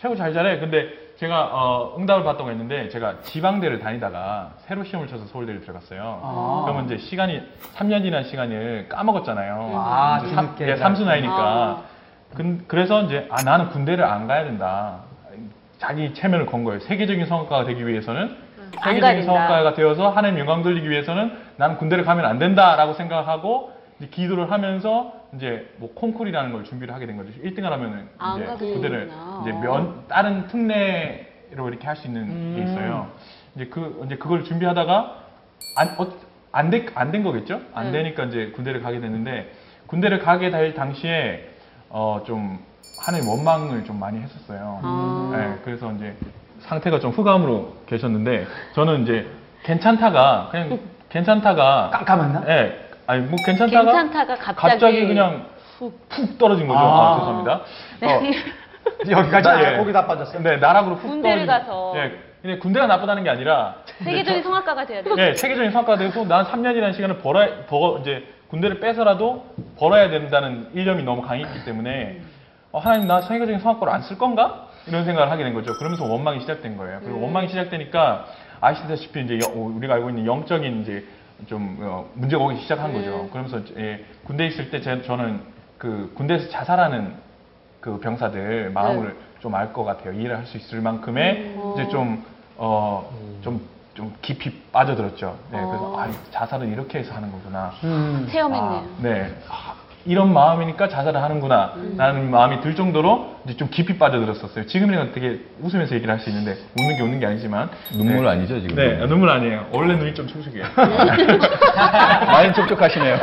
Speaker 5: 최고 잘 잘해. 근데 제가 어, 응답을 받던 거 있는데 제가 지방대를 다니다가 새로 시험을 쳐서 서울대를 들어갔어요.
Speaker 1: 아.
Speaker 5: 그러면 이제 시간이 3년 지난 시간을
Speaker 2: 음.
Speaker 5: 까먹었잖아요.
Speaker 1: 아,
Speaker 5: 이제
Speaker 1: 뒤늦게.
Speaker 5: 삼- 예, 삼수 나이니까.
Speaker 2: 아.
Speaker 5: 근, 그래서 이제 아 나는 군대를 안 가야 된다. 자기 체면을 건 거예요. 세계적인 성악가가 되기 위해서는
Speaker 2: 음. 안 가야
Speaker 5: 세계적인
Speaker 2: 된다.
Speaker 5: 성악가가 되어서 하나님 영광 돌리기 위해서는 나는 군대를 가면 안 된다라고 생각하고 이제 기도를 하면서 이제 뭐 콩쿨이라는 걸 준비를 하게 된 거죠. 1등을 하면은
Speaker 2: 아, 안
Speaker 5: 이제
Speaker 2: 가게
Speaker 5: 군대를
Speaker 2: 되는구나.
Speaker 5: 이제 면 다른 특례로 이렇게 할 수 있는 게
Speaker 2: 음.
Speaker 5: 있어요. 이제 그 이제 그걸 준비하다가 어, 안안된안된 거겠죠? 안
Speaker 2: 네.
Speaker 5: 되니까 이제 군대를 가게 됐는데 군대를 가게 될 당시에 어좀 하나님 원망을 좀 많이 했었어요.
Speaker 2: 아.
Speaker 5: 네, 그래서 이제 상태가 좀 후감으로 계셨는데 저는 이제 괜찮다가 그냥 괜찮다가
Speaker 1: 깜깜했나?
Speaker 5: 예 아니 뭐 괜찮다가
Speaker 2: 괜찮다가 갑자기,
Speaker 5: 갑자기 그냥 푹, 푹 떨어진 거죠.
Speaker 1: 아.
Speaker 5: 아, 죄송합니다.
Speaker 2: 네.
Speaker 5: 어.
Speaker 1: 여기까지
Speaker 5: 나-
Speaker 1: 안
Speaker 5: 예.
Speaker 1: 거기 다 빠졌어요.
Speaker 5: 네, 나락으로 훅
Speaker 2: 군대를
Speaker 5: 떨어진-
Speaker 2: 가서.
Speaker 5: 예. 근데 군대가 나쁘다는 게 아니라
Speaker 2: 세계적인 성악가가 돼야 돼.
Speaker 5: 예, 세계적인 성과가 되고 난 3년이라는 시간을 벌어 벌 이제 군대를 빼서라도 벌어야 된다는 일념이 너무 강했기 때문에 어, 하나님 나 세계적인 성악과를 안 쓸 건가? 이런 생각을 하게 된 거죠. 그러면서 원망이 시작된 거예요. 그리고 원망이 시작되니까 아시다시피 이제 여- 어, 우리가 알고 있는 영적인 이제 좀 어, 문제가 오기 시작한 거죠. 그러면서 예, 군대 에 있을 때 제- 저는 그 군대에서 자살하는 그 병사들
Speaker 2: 네.
Speaker 5: 마음을 좀 알 것 같아요. 이해를 할 수 있을 만큼의
Speaker 2: 음.
Speaker 5: 이제 좀 어, 좀, 좀 깊이 빠져들었죠.
Speaker 2: 어.
Speaker 5: 네, 그래서 아, 자살은 이렇게 해서 하는 거구나. 아.
Speaker 1: 음.
Speaker 2: 체험했네요.
Speaker 5: 네. 아, 이런 마음이니까 자살을 하는구나. 라는 마음이 들 정도로 이제 좀 깊이 빠져들었었어요. 지금이랑 되게 웃으면서 얘기를 할 수 있는데 웃는 게 웃는 게 아니지만
Speaker 3: 눈물
Speaker 5: 네.
Speaker 3: 아니죠 지금?
Speaker 5: 네, 눈물 아니에요. 원래 눈이 좀 촉촉해요.
Speaker 3: 많이 촉촉하시네요.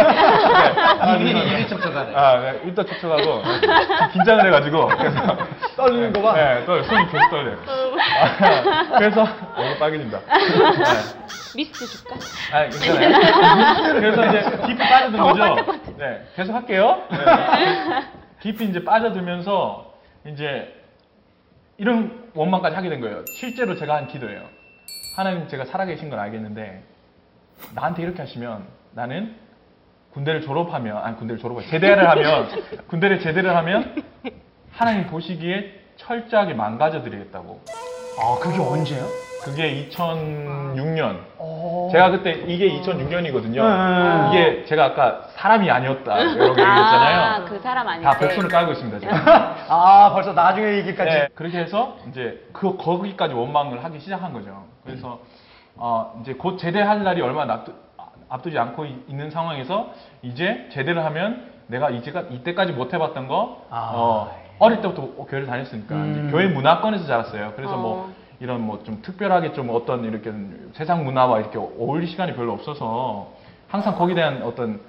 Speaker 6: 입이, 입이 촉촉하네.
Speaker 5: 아, 네, 일단 촉촉하고 네, 긴장을 해가지고 그래서
Speaker 1: 떨리는 거 봐.
Speaker 5: 네, 떨, 손이 계속 떨려요. 아, 그래서 얼굴 빨개진다. 네.
Speaker 2: 미스트 줄까?
Speaker 5: 아, 괜찮아요. 그래서 이제 깊이 빠져든 거죠. 네, 계속 할게요. 네. 깊이 이제 빠져들면서 이제 이런 원망까지 하게 된 거예요. 실제로 제가 한 기도예요. 하나님 제가 살아계신 건 알겠는데 나한테 이렇게 하시면 나는 군대를 졸업하면 아니 군대를 졸업하면 제대를 하면 군대를 제대를 하면 하나님 보시기에 철저하게 망가져 드리겠다고.
Speaker 1: 아, 그게 언제요?
Speaker 5: 그게 2006년.
Speaker 1: 어.
Speaker 5: 제가 그때 이게 2006년이거든요.
Speaker 1: 네.
Speaker 5: 이게 제가 아까 사람이 아니었다 이렇게
Speaker 2: 아,
Speaker 5: 얘기했잖아요.
Speaker 2: 그 사람 아니에요.
Speaker 5: 네, 다 백수를 깔고 있습니다. 지금.
Speaker 1: 아, 벌써 나중에 얘기까지.
Speaker 5: 네, 그렇게 해서 이제 그 거기까지 원망을 하기 시작한 거죠. 그래서 어, 이제 곧 제대할 날이 얼마 앞두, 앞두지 않고 이- 있는 상황에서 이제 제대를 하면 내가 이제가 이때까지 못 해봤던 거
Speaker 1: 아.
Speaker 5: 어, 릴 때부터 뭐 교회를 다녔으니까 이제
Speaker 1: 음.
Speaker 5: 교회 문화권에서 자랐어요. 그래서
Speaker 2: 어.
Speaker 5: 뭐 이런 뭐 좀 특별하게 좀 어떤 이렇게 세상 문화와 이렇게 어울릴 시간이 별로 없어서 항상 거기에 대한 어떤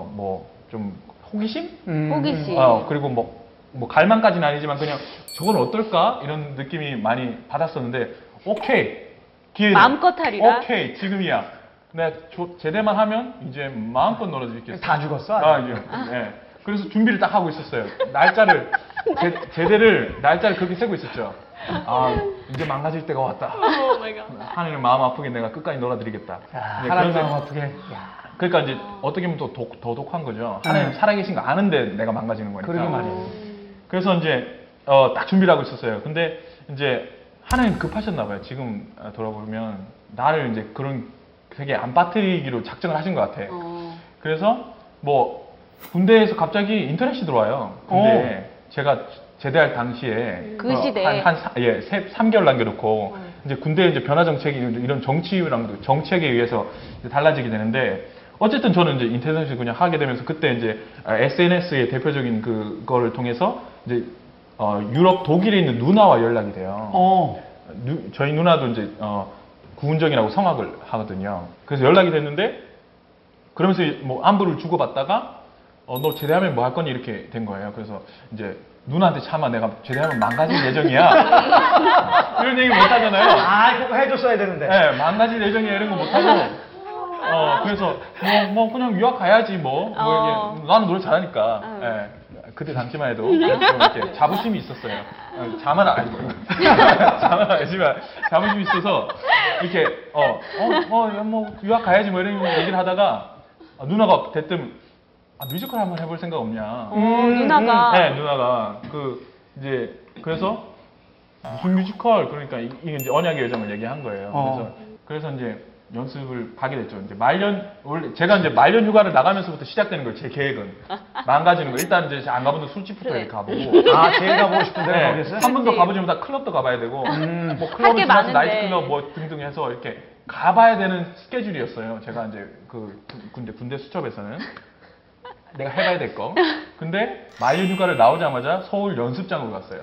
Speaker 5: 어뭐좀 호기심
Speaker 1: 음.
Speaker 2: 네. 호기심.
Speaker 5: 어, 그리고 뭐, 뭐 갈망까지는 아니지만 그냥 저건 어떨까 이런 느낌이 많이 받았었는데 오케이 기회
Speaker 2: 마음껏 하리라.
Speaker 5: 오케이 지금이야 내가 조- 제대만 하면 이제 마음껏 놀아줄게
Speaker 1: 다 죽었어, 아직?
Speaker 5: 아, 예. 예. 그래서 준비를 딱 하고 있었어요 날짜를 제, 제대를 날짜를 그렇게 세고 있었죠 아 이제 망가질 때가 왔다 하늘을 마음 아프게 내가 끝까지 놀아드리겠다
Speaker 1: 야,
Speaker 5: 네,
Speaker 1: 하나님
Speaker 5: 그런데
Speaker 1: 마음 아프게. 야,
Speaker 5: 그러니까 이제 어떻게 보면 더, 독, 더 독한 거죠. 하나님 살아계신 거 아는데 내가 망가지는 거니까.
Speaker 1: 음. 그러게 말이에요.
Speaker 5: 그래서 이제 어, 딱 준비를 하고 있었어요. 근데 이제 하나님 급하셨나 봐요. 지금 어, 돌아보면 나를 이제 그런 되게 안 빠뜨리기로 작정을 하신 것 같아.
Speaker 2: 어.
Speaker 5: 그래서 뭐 군대에서 갑자기 인터넷이 들어와요. 근데 제가 제대할 당시에
Speaker 2: 그 시대에. 어.
Speaker 5: 한한예 3개월 남겨놓고 이제 군대 이제 변화 정책이 이런 정치랑도 정책에 의해서 이제 달라지게 되는데 어쨌든 저는 이제 인터넷을 그냥 하게 되면서 그때 이제 아, SNS의 대표적인 그거를 통해서 이제 어, 유럽 독일에 있는 누나와 연락이 돼요.
Speaker 1: 어.
Speaker 5: 누- 저희 누나도 이제 어, 구운정이라고 성악을 하거든요. 그래서 연락이 됐는데 그러면서 뭐 안부를 주고받다가 어, 너 제대하면 뭐 할 거니 이렇게 된 거예요. 그래서 이제 누나한테 차마 내가 제대하면 망가질 예정이야. 이런 얘기 못 하잖아요.
Speaker 1: 아, 그거 해줬어야 되는데.
Speaker 5: 예, 망가질 예정이야 이런 거 못
Speaker 2: 네.
Speaker 5: 하고. 어, 그래서 뭐, 뭐 그냥 유학 가야지 뭐. 뭐
Speaker 2: 어.
Speaker 5: 이게 나는 노래 잘하니까.
Speaker 2: 어.
Speaker 5: 예. 그때 당시만 해도 좀 이렇게 자부심이 있었어요. 어, 자만 아니고 자만 아니지만 자부심이 있어서 이렇게 어어뭐 유학 가야지 뭐 이런 얘기를 하다가 아, 누나가 대뜸 아, 뮤지컬 한번 해볼 생각 없냐.
Speaker 2: 어,
Speaker 1: 음,
Speaker 2: 누나가
Speaker 5: 네, 누나가 그 이제 그래서 무슨 뮤지컬 그러니까 이- 이게 이제 언약의 여정을 얘기한 거예요.
Speaker 1: 어.
Speaker 5: 그래서 그래서 이제 연습을 가게 됐죠. 이제 말년 원래 제가 이제 말년 휴가를 나가면서부터 시작되는 거예요. 제 계획은 망가지는 거. 일단 이제 안 가보던 술집부터
Speaker 2: 그래.
Speaker 5: 이렇게 가보고.
Speaker 1: 아, 제가 가보고 싶은데 네. 가겠어요?
Speaker 5: 한 번도
Speaker 2: 그치.
Speaker 5: 가보지 못한 클럽도 가봐야 되고 뭐 클럽을
Speaker 2: 게 많은데.
Speaker 5: 지나서 나이트클럽 뭐 등등 해서 이렇게 가봐야 되는 스케줄이었어요. 제가 이제 그 군- 군대 군대 수첩에서는 내가 해봐야 될 거. 근데 말년 휴가를 나오자마자 서울 연습장으로 갔어요.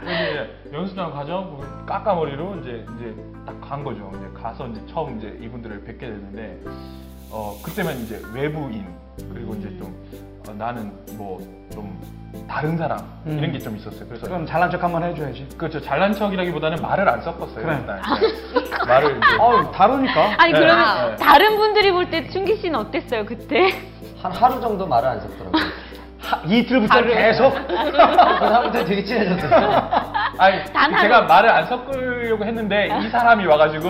Speaker 5: 그래서 이제 연습장 가죠. 그 까까머리로 이제 이제 딱 간 거죠. 이제 가서 이제 처음 이제 이분들을 뵙게 됐는데 어 그때만 이제 외부인 그리고 이제 좀 어, 나는 뭐 좀 다른 사람
Speaker 1: 음.
Speaker 5: 이런 게 좀 있었어요. 그래서
Speaker 1: 그럼 잘난 척 한번 해줘야지.
Speaker 5: 그렇죠. 잘난 척이라기보다는 말을 안 섞었어요.
Speaker 1: 그래.
Speaker 5: 일단. 네. 말을 이제
Speaker 1: 어, 다르니까.
Speaker 2: 아니
Speaker 5: 네,
Speaker 2: 그러면
Speaker 5: 네.
Speaker 2: 다른 분들이 볼 때 충기 씨는 어땠어요 그때?
Speaker 6: 한 하루 정도 말을 안 섞더라고요.
Speaker 1: 하- 이틀부터 계속.
Speaker 6: 그 다음부터 되게 친해졌어요.
Speaker 5: 아니
Speaker 2: 단 하루.
Speaker 5: 제가 말을 안 섞으려고 했는데 이 사람이 와가지고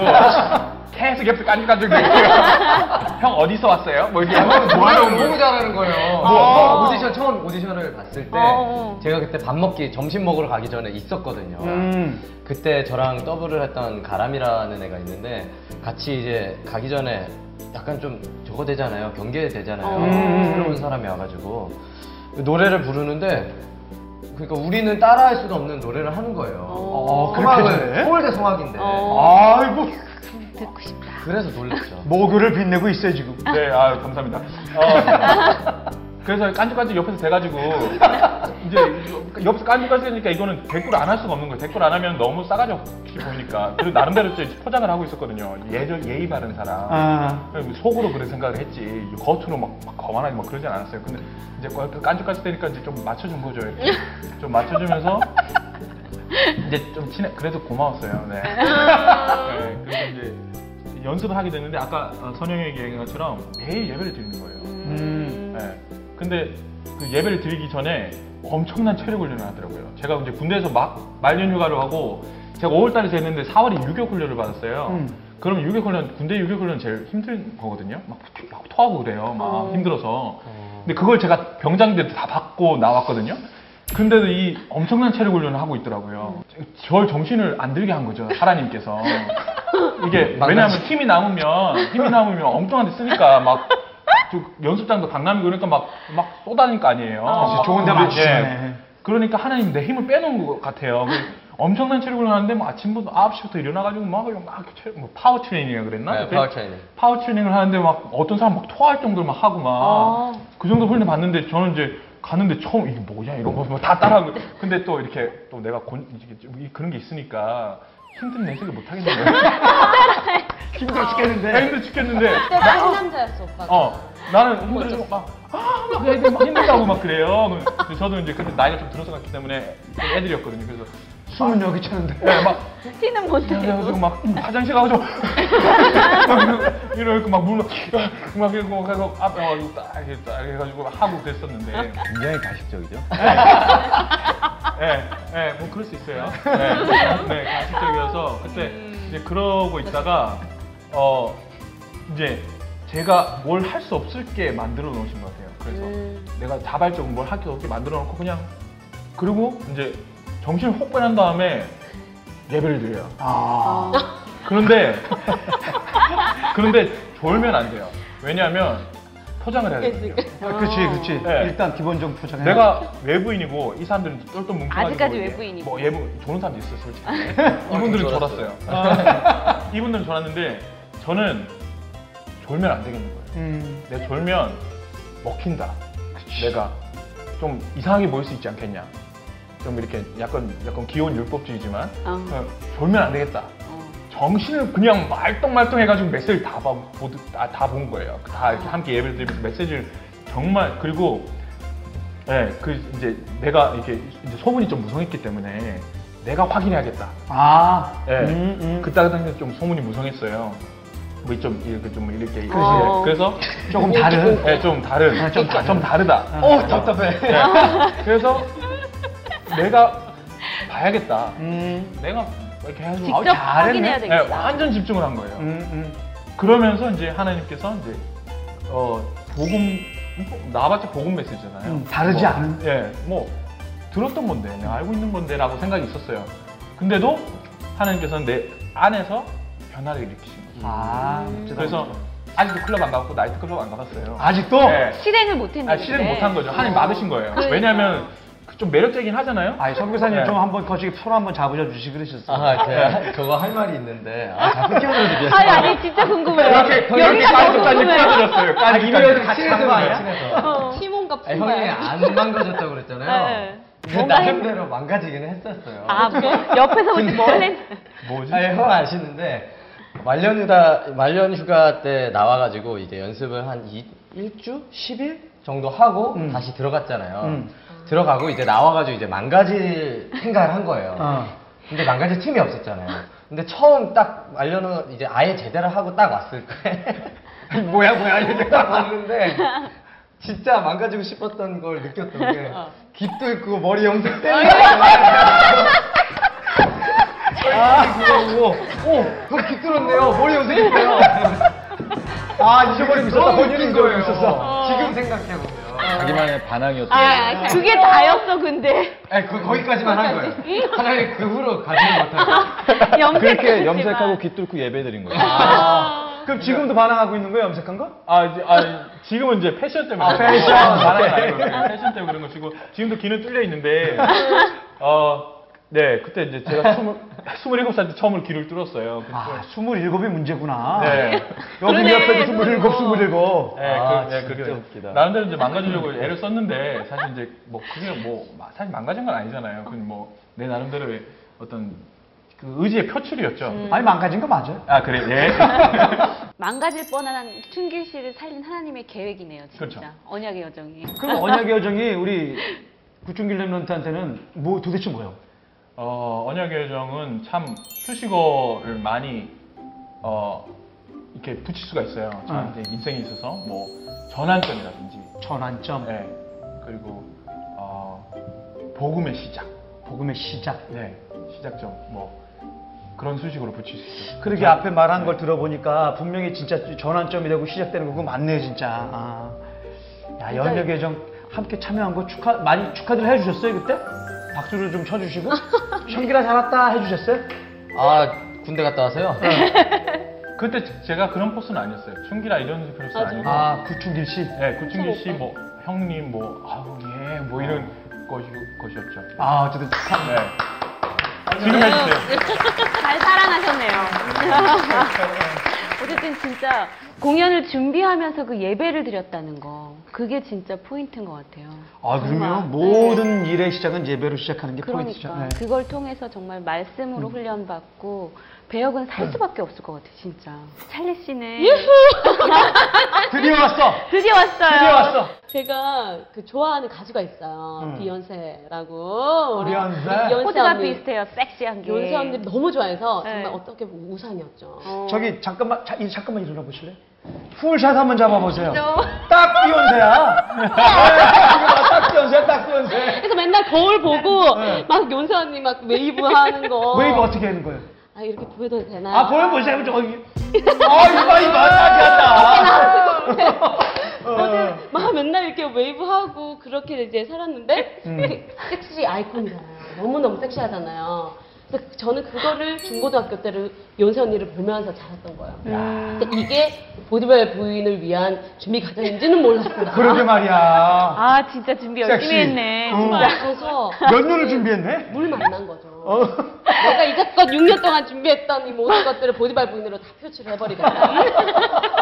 Speaker 5: 계속 옆에 깐죽깐죽 대고 형 어디서 왔어요? 뭐
Speaker 1: 아,
Speaker 5: 이렇게 하면 뭐
Speaker 6: 뭐하러
Speaker 5: 하는
Speaker 6: 너무
Speaker 5: 거
Speaker 6: 잘하는 거예요.
Speaker 2: 어.
Speaker 6: 뭐 오디션 처음 오디션을 봤을
Speaker 5: 네.
Speaker 6: 때
Speaker 2: 어.
Speaker 6: 제가 그때 밥 먹기 점심 먹으러 가기 전에 있었거든요.
Speaker 1: 음.
Speaker 6: 그때 저랑 더블을 했던 가람이라는 애가 있는데 같이 이제 가기 전에 약간 좀 저거 되잖아요. 경계되잖아요.
Speaker 2: 음.
Speaker 6: 새로운 사람이 와가지고 노래를 부르는데 그러니까 우리는 따라할 수도 없는 노래를 하는 거예요.
Speaker 1: 어, 그렇게
Speaker 6: 성악을
Speaker 1: 돼?
Speaker 6: 서울대 성악인데
Speaker 2: 어,
Speaker 1: 아이고,
Speaker 2: 듣고 싶다.
Speaker 6: 그래서 놀랬죠.
Speaker 1: 모교를 빛내고 있어요, 지금.
Speaker 5: 네, 아 감사합니다. 어, 그래서 깐죽깐죽 옆에서 돼가지고 이제 옆에서 깐죽깐죽하니까 이거는 댓글 안 할 수가 없는 거예요. 댓글 안 하면 너무 싸가지 없이 보이니까. 그리고 나름대로 이제 포장을 하고 있었거든요. 예절 예의 바른 사람.
Speaker 1: 아.
Speaker 5: 속으로 그런 생각을 했지 겉으로 막, 막 거만하게 막 그러진 않았어요. 근데 이제 깐죽깐죽 되니까 이제 좀 맞춰준 거죠. 이렇게. 좀 맞춰주면서 이제 좀 친해. 그래도 고마웠어요. 네. 네, 그래서 이제 연습을 하게 됐는데 아까 어, 선영이 얘기한 것처럼 매일 예배를 드리는 거예요.
Speaker 1: 음.
Speaker 5: 네. 근데 그 예배를 드리기 전에 엄청난 체력 훈련을 하더라고요. 제가 이제 군대에서 막 말년 휴가를 하고 제가 5월달에 됐는데 4월에 유격 훈련을 받았어요.
Speaker 1: 음.
Speaker 5: 그럼 6개월 훈련 군대 6개월 훈련 제일 힘든 거거든요. 막, 토- 막 토하고 그래요. 막 힘들어서. 근데 그걸 제가 병장들 다 받고 나왔거든요. 근데도 이 엄청난 체력 훈련을 하고 있더라고요. 절 정신을 안 들게 한 거죠 하나님께서. 이게
Speaker 1: 뭐,
Speaker 5: 왜냐하면 힘이 남으면 힘이 남으면 엉뚱한 데 쓰니까 막. 저 연습장도 강남이고 그러니까 막, 막 쏟아질 거 아니에요.
Speaker 6: 어.
Speaker 1: 그치, 좋은 데
Speaker 5: 근데,
Speaker 1: 맞추시네.
Speaker 5: 예. 그러니까 하나님 내 힘을 빼놓은 것 같아요. 그 엄청난 체력을 하는데 뭐 아침부터 9시부터 일어나가지고 막, 그냥 막 체력, 뭐 파워 트레이닝이라 그랬나?
Speaker 6: 네,
Speaker 5: 아, 그때?
Speaker 6: 파워 트레이닝.
Speaker 5: 파워 트레이닝을 하는데 막 어떤 사람 막 토할 정도로 막 하고
Speaker 6: 어.
Speaker 5: 막 그 정도 훈련 받는데 저는 이제 가는데 처음 이게 뭐야 이런 거 다 따라하고 근데 또 이렇게 또 내가 곤, 이게 좀 이- 그런 게 있으니까 힘든 내색을 못 하겠는 거야.
Speaker 1: 힘들어
Speaker 5: 내가
Speaker 1: 죽겠는데.
Speaker 5: 힘들어 죽겠는데
Speaker 7: 딴 아, 남자였어 오빠.
Speaker 5: 어, 나는 힘들어 막, 아, 막 애들 막 힘들다고 막 그래요. 근데 저도 이제 근데 나이가 좀 들어서 갔기 때문에 좀 애들이었거든요. 그래서
Speaker 1: 숨은 여기 차는데.
Speaker 5: 네, 막
Speaker 2: 티는 못 내고.
Speaker 5: 그래가지고 막 음, 화장실 가가지고 이러고 막 물막 막 이러고 그래서 앞에 와가지고 딱 이렇게 딱 해가지고 막 하고 그랬었는데,
Speaker 3: 굉장히 가식적이죠.
Speaker 5: 예, 예, 뭐 그럴 수 있어요. 네, 네, 가식적이어서 그때 이제 그러고 있다가 어 이제 제가 뭘 할 수 없을 게 만들어 놓으신 것 같아요. 그래서 내가 자발적으로 뭘 할 게 없게 만들어 놓고 그냥 그리고 이제 정신을 혹 빼낸 다음에 예배를 드려요.
Speaker 1: 아.
Speaker 5: 그런데 그런데 졸면 안 돼요. 왜냐하면 포장을 해야 되거든요.
Speaker 1: 그렇지, 그렇지.
Speaker 5: 네.
Speaker 1: 일단 기본적 포장해.
Speaker 5: 내가 외부인이고 이 사람들은 똘똘 뭉쳐가지고
Speaker 2: 아직까지
Speaker 5: 이게
Speaker 2: 외부인이고. 아,
Speaker 5: 뭐 외부 조는 사람도 있어요 솔직히. 네. 이분들은
Speaker 6: 좀
Speaker 5: 졸았어요. 네.
Speaker 6: 졸았어요.
Speaker 5: 이분들은 졸았는데 저는 졸면 안 되겠는 거예요.
Speaker 1: 음.
Speaker 5: 내가 졸면 먹힌다. 내가 좀 이상하게 보일 수 있지 않겠냐. 좀 이렇게 약간 약간 귀여운 율법주의지만
Speaker 2: 어.
Speaker 5: 어, 졸면 안 되겠다.
Speaker 1: 어.
Speaker 5: 정신을 그냥 말똥말똥 해가지고 메시지를 다, 봐, 모두, 다, 다 본 거예요. 그 다 이렇게
Speaker 1: 아.
Speaker 5: 함께 예배를 드리면서 메시지를 정말, 그리고, 예, 그, 이제 내가 이렇게 이제 소문이 좀 무성했기 때문에 내가 확인해야겠다.
Speaker 1: 아.
Speaker 5: 예.
Speaker 1: 음, 음.
Speaker 5: 그때 당시에 좀 소문이 무성했어요. 뭐, 좀 이렇게 좀 이렇게. 예,
Speaker 2: 어.
Speaker 5: 그래서,
Speaker 1: 조금 다른.
Speaker 5: 예, 좀 다른.
Speaker 1: 뭐, 아, 좀 다른.
Speaker 5: 좀 다르다.
Speaker 1: 어, 답답해.
Speaker 5: 예. 그래서 내가 봐야겠다.
Speaker 1: 음.
Speaker 5: 내가 이렇게 해가지고
Speaker 2: 직접
Speaker 1: 어, 잘했네.
Speaker 2: 확인해야
Speaker 5: 예,
Speaker 2: 되겠다.
Speaker 5: 완전 집중을 한 거예요.
Speaker 1: 음, 음.
Speaker 5: 그러면서 이제 하나님께서 이제 어 복음 나와봤자 복음 메시지잖아요.
Speaker 1: 음, 다르지
Speaker 5: 뭐,
Speaker 1: 않은.
Speaker 5: 예, 뭐 들었던 건데, 내가 알고 있는 건데라고 생각이 있었어요. 근데도 하나님께서는 내 안에서 변화를 일으키신 거예요.
Speaker 1: 아. 어쩌다
Speaker 5: 그래서
Speaker 1: 보니까.
Speaker 5: 아직도 클럽 안 가고 나이트 클럽 안 가봤어요.
Speaker 1: 아직도.
Speaker 5: 예.
Speaker 2: 실행을 못 했는데.
Speaker 5: 아, 실행 못 한 거죠. 하나님 막으신 거예요.
Speaker 2: 네. 그러니까.
Speaker 5: 왜냐하면 좀 매력적이긴 하잖아요.
Speaker 1: 아이, 선 교사님
Speaker 5: 예.
Speaker 1: 좀 한번 거시기 손 한번 잡으셔 주시 그러셨어요.
Speaker 6: 아, 네. 저거 할 말이 있는데 아, 자꾸 끼어들어서 미안해요.
Speaker 2: 아니 아니 진짜 궁금해요. 여기가 너무
Speaker 5: 까지까지
Speaker 2: 궁금해요.
Speaker 5: 끌어들였어요.
Speaker 1: 아, 이래도
Speaker 5: 까지까지.
Speaker 1: 같이 해서 아니야?
Speaker 2: 어.
Speaker 7: 티몬과
Speaker 6: 아니, 형이
Speaker 7: 푸마야.
Speaker 6: 안 망가졌다고 그랬잖아요.
Speaker 2: 네.
Speaker 6: 그 나름대로 망가지기는 했었어요.
Speaker 2: 아 뭐, 옆에서 볼때 놀랬.
Speaker 5: 뭐지?
Speaker 6: 아니, 형 아시는데 말년 휴가 말년 휴가 때 나와가지고 이제 연습을 한 이, 일주 10일 정도 하고
Speaker 1: 음.
Speaker 6: 다시 들어갔잖아요.
Speaker 1: 음.
Speaker 6: 들어가고 이제 나와가지고 이제 망가질 생각을 한 거예요.
Speaker 1: 어.
Speaker 6: 근데 망가질 틈이 없었잖아요. 근데 처음 딱 말년은 이제 아예 제대로 하고 딱 왔을 아, 때 뭐야 뭐야 이렇게 딱 왔는데 진짜 망가지고 싶었던 걸 느꼈던 게 깃도 있고 머리 염색 때문에 아.
Speaker 1: 아,
Speaker 6: 그거고 오 그거 깃들었네요 머리 염색했어요
Speaker 1: 아, 잊어버리고 있었다.
Speaker 6: 너무
Speaker 1: 본인은
Speaker 6: 웃긴
Speaker 1: 잊어버리고
Speaker 6: 거예요
Speaker 1: 있었어.
Speaker 6: 지금 생각해보면
Speaker 3: 자기만의 반항이었던 거예요.
Speaker 2: 아 그게 다였어 근데.
Speaker 6: 아니 그, 거기까지만 한 거예요 하나님 그 후로 가지는 못하고
Speaker 2: 염색.
Speaker 3: 그렇게 염색하고 귀 뚫고 예배 드린 거예요.
Speaker 1: 그럼 지금도 반항하고 있는 거예요, 염색한 거?
Speaker 5: 아, 이제- 아, 지금은 이제 패션 때문에.
Speaker 1: 아, 패션.
Speaker 5: 말하는 거 아니고, 네, 패션 때문에 그런 것이고, 지금도 귀는 뚫려 있는데, 어, 네, 그때 이제 제가 스물, 27살 때 처음으로 귀를 뚫었어요. 그-
Speaker 1: 아, 27이 문제구나.
Speaker 5: 네.
Speaker 1: 여기
Speaker 2: 그러네,
Speaker 1: 옆에도 27,
Speaker 6: 어.
Speaker 2: 그거.
Speaker 1: 27.
Speaker 5: 네,
Speaker 6: 아,
Speaker 5: 그, 네, 그렇게
Speaker 6: 진짜 웃기다.
Speaker 5: 나름대로 이제 망가지려고 애를 썼는데 사실 이제 뭐 그게 뭐 마- 사실 망가진 건 아니잖아요. 그건 뭐내 나름대로의 어떤 그 의지의 표출이었죠.
Speaker 6: 음.
Speaker 1: 아니, 망가진 거 맞아요.
Speaker 5: 아 그래 예.
Speaker 2: 망가질 뻔한 춘길 씨를 살린 하나님의 계획이네요 진짜.
Speaker 5: 그렇죠.
Speaker 2: 언약의 여정이.
Speaker 1: 그럼 언약의 여정이 우리 구충길 랩런트한테는 뭐 도대체 뭐예요?
Speaker 5: 어, 언약의 여정은 참 수식어를 많이 어, 이렇게 붙일 수가 있어요. 저한테 인생에 있어서 뭐 전환점이라든지,
Speaker 1: 전환점,
Speaker 5: 네. 그리고 어, 복음의 시작,
Speaker 1: 복음의 시작.
Speaker 5: 네, 시작점, 뭐 그런 수식으로 붙일 수 있죠.
Speaker 1: 그러게 앞에 말한
Speaker 5: 네.
Speaker 1: 걸 들어보니까 분명히 진짜 전환점이 되고 시작되는 거고 맞네요 진짜. 아. 야 연예 계정 함께 참여한 거 축하 많이 축하들 해주셨어요 그때? 박수를 좀 쳐주시고 현기라 잘했다 해주셨어요?
Speaker 6: 아 군대 갔다 와서요?
Speaker 5: 그때 제가 그런 포스는 아니었어요. 충기라 이런 포스는
Speaker 4: 아,
Speaker 5: 아니고
Speaker 6: 아
Speaker 1: 구충길 씨.
Speaker 5: 네, 구충기
Speaker 4: 서로
Speaker 5: 씨, 뭐 형님, 뭐 아우 예, 뭐 이런 것이, 것이었죠.
Speaker 1: 아 어쨌든 축하.
Speaker 5: 네. 지금 해주세요.
Speaker 4: 잘 살아나셨네요. 어쨌든 진짜 공연을 준비하면서 그 예배를 드렸다는 거 그게 진짜 포인트인 것 같아요.
Speaker 1: 아 그러면
Speaker 4: 정말. 네.
Speaker 1: 모든 일의 시작은 예배로 시작하는 게 포인트죠.
Speaker 4: 그러니까
Speaker 1: 네.
Speaker 4: 그걸 통해서 정말
Speaker 3: 음.
Speaker 4: 말씀으로 훈련받고 배역은
Speaker 3: 네.
Speaker 4: 살 수밖에 없을 것 같아요, 진짜. 찰리 씨는 아,
Speaker 1: 드디어 왔어.
Speaker 4: 드디어 왔어요.
Speaker 1: 드디어 왔어.
Speaker 2: 제가 그 좋아하는 가수가 있어요.
Speaker 1: 음.
Speaker 2: 비욘세라고. 우리
Speaker 1: 비욘세?
Speaker 4: 포즈가
Speaker 2: 언니.
Speaker 4: 비슷해요, 섹시한 게.
Speaker 2: 비욘세 언니 너무 좋아해서
Speaker 4: 네.
Speaker 2: 정말 어떻게 보면 우상이었죠.
Speaker 1: 저기 잠깐만 자, 이 잠깐만 일어나 보실래? 요 풀샷 한번 잡아보세요. 딱 비욘세야. 네, 딱 비욘세야, 딱 비욘세.
Speaker 2: 그래서 맨날 거울 보고 막 연세 언니 막 웨이브 하는 거.
Speaker 1: 네. 웨이브 어떻게 하는 거예요?
Speaker 2: 아 이렇게 보여도 되나요?
Speaker 1: 아 보여보세요, 저기. 아 이봐 이봐 딱이었다.
Speaker 2: 저는 막 맨날 이렇게 웨이브 하고 그렇게 이제 살았는데 섹시 아이콘이잖아요. 뭐 너무 너무 섹시하잖아요. 그래서 저는 그거를 중고등학교 때를 연세 언니를 보면서 자랐던 거예요. 근데 이게 보디발 부인을 위한 준비 과정인지는 몰랐어요.
Speaker 1: 그러게 말이야.
Speaker 4: 아 진짜 준비 열심히
Speaker 1: 섹시.
Speaker 4: 했네.
Speaker 1: 어.
Speaker 4: 정말.
Speaker 2: 그래서
Speaker 1: 몇 년을 준비했네?
Speaker 2: 물 만난 거죠.
Speaker 1: 어.
Speaker 2: 내가 이제껏 6년 동안 준비했던 이 모든 것들을 보디발 부인으로 다 표출해버리겠다.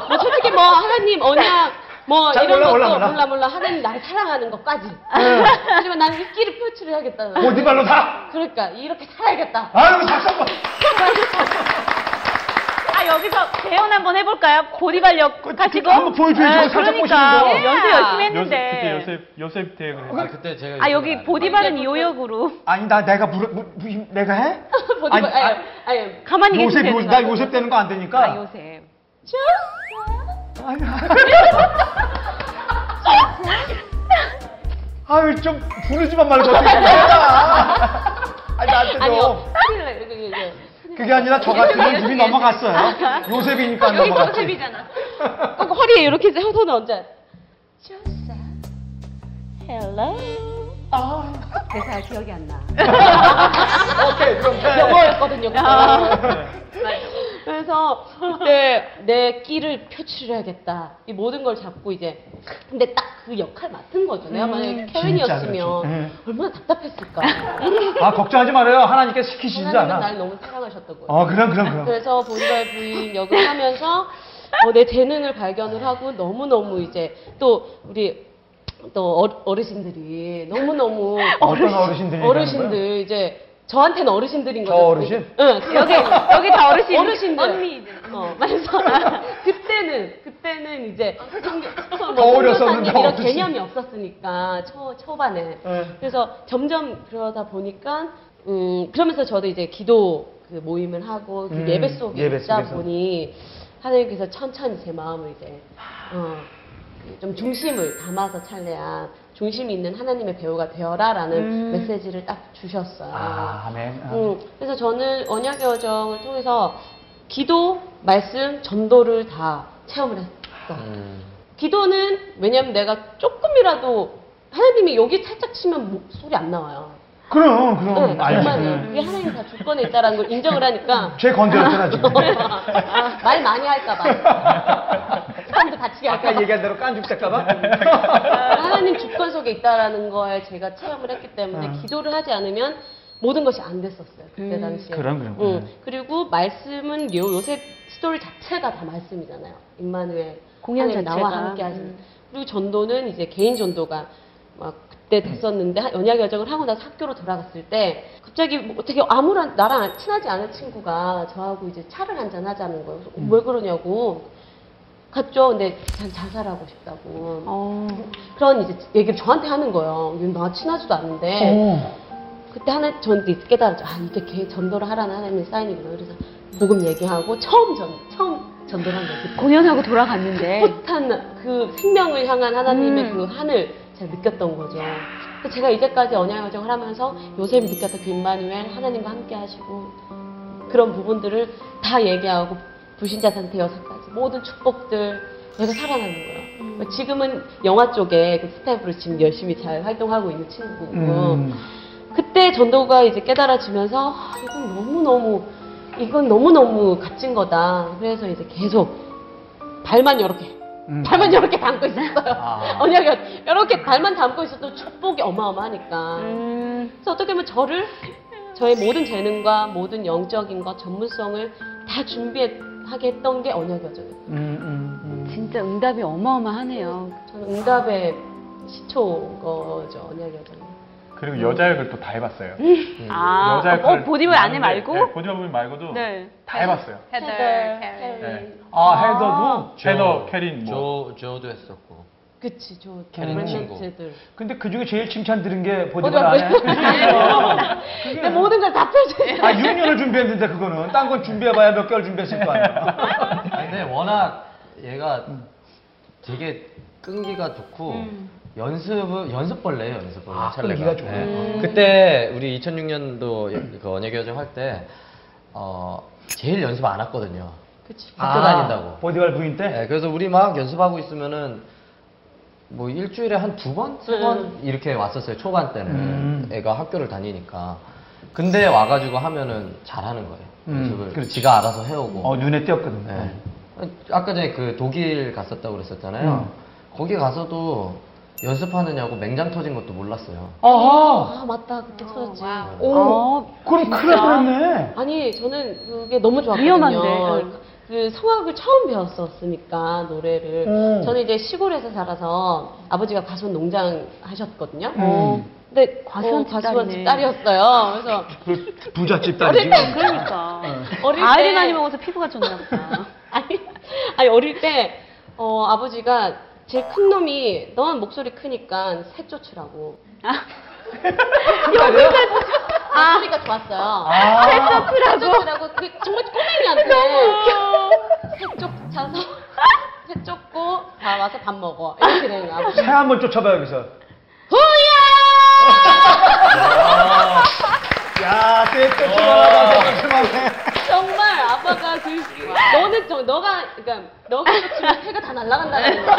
Speaker 2: 뭐 솔직히 뭐 하나님 언약 뭐
Speaker 1: 잘
Speaker 2: 이런
Speaker 1: 몰라,
Speaker 2: 것도
Speaker 1: 몰라, 몰라. 네.
Speaker 2: 몰라 몰라, 하나님 날 사랑하는 것까지. 하지만 난 이끼를 표출해야겠다는.
Speaker 1: 어디발로 다.
Speaker 2: 그러니까 이렇게 살아야겠다.
Speaker 1: 아유 작사법.
Speaker 4: 아 여기서 재연 한번 해볼까요? 보디발 역 하시고.
Speaker 1: 그, 한번 보여줘야지,
Speaker 4: 아,
Speaker 1: 살짝
Speaker 4: 그러니까
Speaker 1: 보시는 거.
Speaker 2: 예.
Speaker 4: 연습 열심히
Speaker 5: 요셉, 그때
Speaker 4: 했는데.
Speaker 5: 요셉, 요셉 때
Speaker 6: 아,
Speaker 5: 그랬어요.
Speaker 6: 그때 제가
Speaker 4: 아 여기 보디발은 이 역으로.
Speaker 1: 아니 나 내가 물어 무, 무, 내가 해?
Speaker 2: 보디발
Speaker 1: 아니,
Speaker 2: 아니, 아니, 아니
Speaker 4: 가만히
Speaker 1: 요셉
Speaker 4: 계세요.
Speaker 1: 요, 나 요셉 되는 거 안 되니까.
Speaker 4: 아 요셉.
Speaker 1: 아유 좀 부르지만 말고 어떻게 해라. 아니 나한테 좀
Speaker 2: 아니요. 큰일 나요. 이거, 이거, 이거.
Speaker 1: 그게 아니라 저 같으면 눈이 넘어갔어요. 요셉이니까 안 아, 넘어갔지.
Speaker 4: 요셉이잖아.
Speaker 2: 꼭그 허리에 이렇게 해서 형선은 언제? 조사. Hello.
Speaker 4: 아, 대사 기억이 안 나.
Speaker 1: 오케이 그럼 네. 해.
Speaker 2: 영어였거든요.
Speaker 4: 아,
Speaker 2: 그거. 그래서 그때 내 끼를 표출해야겠다. 이 모든 걸 잡고 이제 근데 딱 그 역할 맡은 거죠. 내가
Speaker 4: 음,
Speaker 2: 만약에
Speaker 1: 그렇죠. 네.
Speaker 2: 케빈이었으면 얼마나 답답했을까.
Speaker 1: 아 걱정하지 말아요. 하나님께 시키시지
Speaker 2: 하나님은
Speaker 1: 않아.
Speaker 2: 날 너무 사랑하셨다고요.
Speaker 1: 어 그럼 그럼 그럼.
Speaker 2: 그래서 보디발 부인 역을 하면서 어, 내 재능을 발견을 하고 너무너무 이제 또 우리 또 어- 어르신들이 너무너무
Speaker 1: 어떤 어르신들 얘기하는
Speaker 2: 어르신들 이제 저한테는 어르신들인
Speaker 1: 저
Speaker 2: 거죠.
Speaker 1: 어르신?
Speaker 2: 응,
Speaker 4: 여기 여기 다 어르신.
Speaker 2: 어르신들.
Speaker 4: 언니들.
Speaker 2: 어, 그래서 그때는 그때는 이제
Speaker 4: 아,
Speaker 2: 뭐
Speaker 1: 더 어렸었는데
Speaker 2: 이런
Speaker 1: 어르신.
Speaker 2: 개념이 없었으니까 초 초반에
Speaker 1: 네.
Speaker 2: 그래서 점점 그러다 보니까 음 그러면서 저도 이제 기도 그 모임을 하고 그
Speaker 1: 음,
Speaker 2: 예배 속에
Speaker 1: 예배
Speaker 2: 있다
Speaker 1: 속에서.
Speaker 2: 보니 하나님께서 천천히 제 마음을 이제 어, 어좀 중심을 담아서 찰래야 중심이 있는 하나님의 배우가 되어라라는 메시지를 딱 주셨어요.
Speaker 1: 음. 아 아멘. 아.
Speaker 2: 음, 그래서 저는 언약의 여정을 통해서 기도, 말씀, 전도를 다 체험을 했어.
Speaker 1: 음.
Speaker 2: 기도는 왜냐면 내가 조금이라도 하나님이 여기 살짝 치면 목소리 안 나와요.
Speaker 1: 그럼 그럼
Speaker 2: 네,
Speaker 1: 음, 알지.
Speaker 2: 정말요. 그게 하나님 다 주권에 있다라는 걸 인정을 하니까
Speaker 1: 죄 건드렸잖아 지금.
Speaker 2: 아, 말 많이 할까봐 사람도 다치게
Speaker 1: 아까
Speaker 2: 할까봐
Speaker 1: 얘기한 대로 깐죽 될까봐.
Speaker 2: 하나님 주권 속에 있다라는 거에 제가 체험을 했기 때문에
Speaker 1: 아.
Speaker 2: 기도를 하지 않으면 모든 것이 안 됐었어요 그때
Speaker 4: 음,
Speaker 2: 당시에.
Speaker 1: 그럼, 그럼,
Speaker 2: 응.
Speaker 4: 네.
Speaker 1: 그럼.
Speaker 2: 그리고 말씀은 요 요새 스토리 자체가 다 말씀이잖아요. 임마누엘
Speaker 4: 공연
Speaker 2: 하나님 나와
Speaker 4: 자체가. 음.
Speaker 2: 함께 하시는. 그리고 전도는 이제 개인 전도가 막 그때 됐었는데 하- 연약 여정을 하고 나서 학교로 돌아갔을 때 갑자기 뭐 어떻게 아무런 나랑 친하지 않은 친구가 저하고 이제 차를 한잔 하자는 거예요. 그래서 왜 그러냐고 갔죠. 근데 난 자살하고 싶다고.
Speaker 4: 어.
Speaker 2: 그런 이제 얘기를 저한테 하는 거예요. 나 친하지도 않은데. 그때 하나 저한테 이제 깨달았죠. 아 이게 걔 전도를 하라는 하나님의 사인이구나. 그래서 복음 얘기하고 처음 전 처음 전도를 한 거예요.
Speaker 4: 공연하고 돌아갔는데.
Speaker 2: 풋한 그 생명을 향한 하나님의
Speaker 4: 음.
Speaker 2: 그 한을 제가 느꼈던 거죠. 그래서 제가 이제까지 언약 여정을 하면서 요셉이 느꼈던 그 임마누엘 하나님과 함께 하시고
Speaker 7: 그런 부분들을 다 얘기하고 불신자 상태 여섯 가지 모든 축복들 내가 살아나는 거예요.
Speaker 4: 음.
Speaker 7: 지금은 영화 쪽에 그 스텝으로 지금 열심히 잘 활동하고 있는 친구고
Speaker 1: 음,
Speaker 2: 어.
Speaker 7: 그때 전도가 이제 깨달아지면서 "아, 이건 너무 너무 이건 너무 너무 갇힌 거다. 그래서 이제 계속 발만 이렇게
Speaker 1: 음.
Speaker 7: 발만 이렇게 담고 있었어요.
Speaker 6: 아.
Speaker 7: 언약이 이렇게 발만 담고 있어도 축복이 어마어마하니까.
Speaker 2: 음,
Speaker 7: 그래서 어떻게 보면 저를 저의 모든 재능과 모든 영적인 것 전문성을 다 준비하게 했던 게 언약이었죠.
Speaker 1: 음,
Speaker 2: 진짜 응답이 어마어마하네요.
Speaker 7: 저는 응답의 시초인 거죠 언약이 었잖아요
Speaker 5: 그리고 여자 역을 또 다 해봤어요.
Speaker 6: 음.
Speaker 2: 아,
Speaker 5: 여자
Speaker 2: 어,
Speaker 5: 역할
Speaker 2: 보디블 안에 말고?
Speaker 5: 네, 보디블 안에 말고도
Speaker 2: 네.
Speaker 5: 다 해봤어요.
Speaker 4: 헤더,
Speaker 5: 네. 아 헤더도 헤더 캐린 뭐
Speaker 6: 조 조도 했었고
Speaker 7: 그치, 저
Speaker 6: 걔는 친구.
Speaker 7: 들
Speaker 1: 근데 그 중에 제일 칭찬 들은 게 보디블
Speaker 7: 보디블
Speaker 1: 안에.
Speaker 7: 내 모든 걸 다 펼쳐.
Speaker 1: 아, 6년을 준비했는데 그거는 딴 건 준비해봐야 몇 개월 준비했을 거 아니야.
Speaker 6: 아니, 근데 워낙 얘가 되게 끈기가 좋고 연습은 연습벌레예요 연습벌레
Speaker 1: 아,
Speaker 6: 찰레가. 네.
Speaker 1: 끈기가 좋아요.
Speaker 6: 그때 우리 2006년도 그 언예교정 할때 어, 제일 연습 안 왔거든요
Speaker 7: 그치.
Speaker 6: 학교 다닌다고
Speaker 1: 아, 보디발 부인 때?
Speaker 6: 네, 그래서 우리 막 연습하고 있으면은 뭐 일주일에 한 두 번, 세 번 이렇게 왔었어요. 초반 때는 애가 학교를 다니니까. 근데 와가지고 하면은 잘하는 거예요. 연습을
Speaker 1: 그렇지.
Speaker 6: 지가 알아서 해오고.
Speaker 1: 어, 눈에 띄었거든.
Speaker 6: 네. 아까 전에 그 독일 갔었다고 그랬었잖아요.
Speaker 1: 음.
Speaker 6: 거기 가서도 연습하느냐고 맹장 터진 것도 몰랐어요.
Speaker 1: 아하!
Speaker 7: 아 맞다 그때 터졌지.
Speaker 1: 오,
Speaker 2: 어.
Speaker 1: 그럼 큰일 날 뻔했네.
Speaker 7: 아니 저는 그게 너무 좋았거든요.
Speaker 2: 위험한데.
Speaker 7: 그 성악을 처음 배웠었으니까 노래를.
Speaker 1: 음.
Speaker 7: 저는 이제 시골에서 살아서 아버지가 과수원 농장
Speaker 1: 음.
Speaker 7: 하셨거든요. 근데
Speaker 2: 과수원
Speaker 7: 어, 과수원
Speaker 2: 집 딸이네.
Speaker 7: 집 딸이었어요. 그래서
Speaker 1: 그 부잣집 딸이지.
Speaker 2: 어, 네, 그러니까.
Speaker 7: 어릴
Speaker 2: 아이를
Speaker 7: 때-
Speaker 2: 많이 먹어서 피부가 좋나 보다.
Speaker 7: 아니, 아니 어릴 때 어, 아버지가 제일 큰 놈이 너만 목소리 크니까 새 쫓으라고. 아. 목소리가 좋았어요. 새
Speaker 1: 아,
Speaker 7: 쫓으라고. 그 정말 꼬맹이한테. 새 쫓아서 새 쫓고 다 와서 밥 먹어. 이렇게 되는 거야. 아버지.
Speaker 1: 새 한번 쫓아봐, 여기서. 후야! 야, 새 쫓아봐라, 새 쫓아봐라.
Speaker 7: 정말 아빠가 그 너는 저 너가 그러니까 너가 쫓으면 새가 다 날아간다는 거야.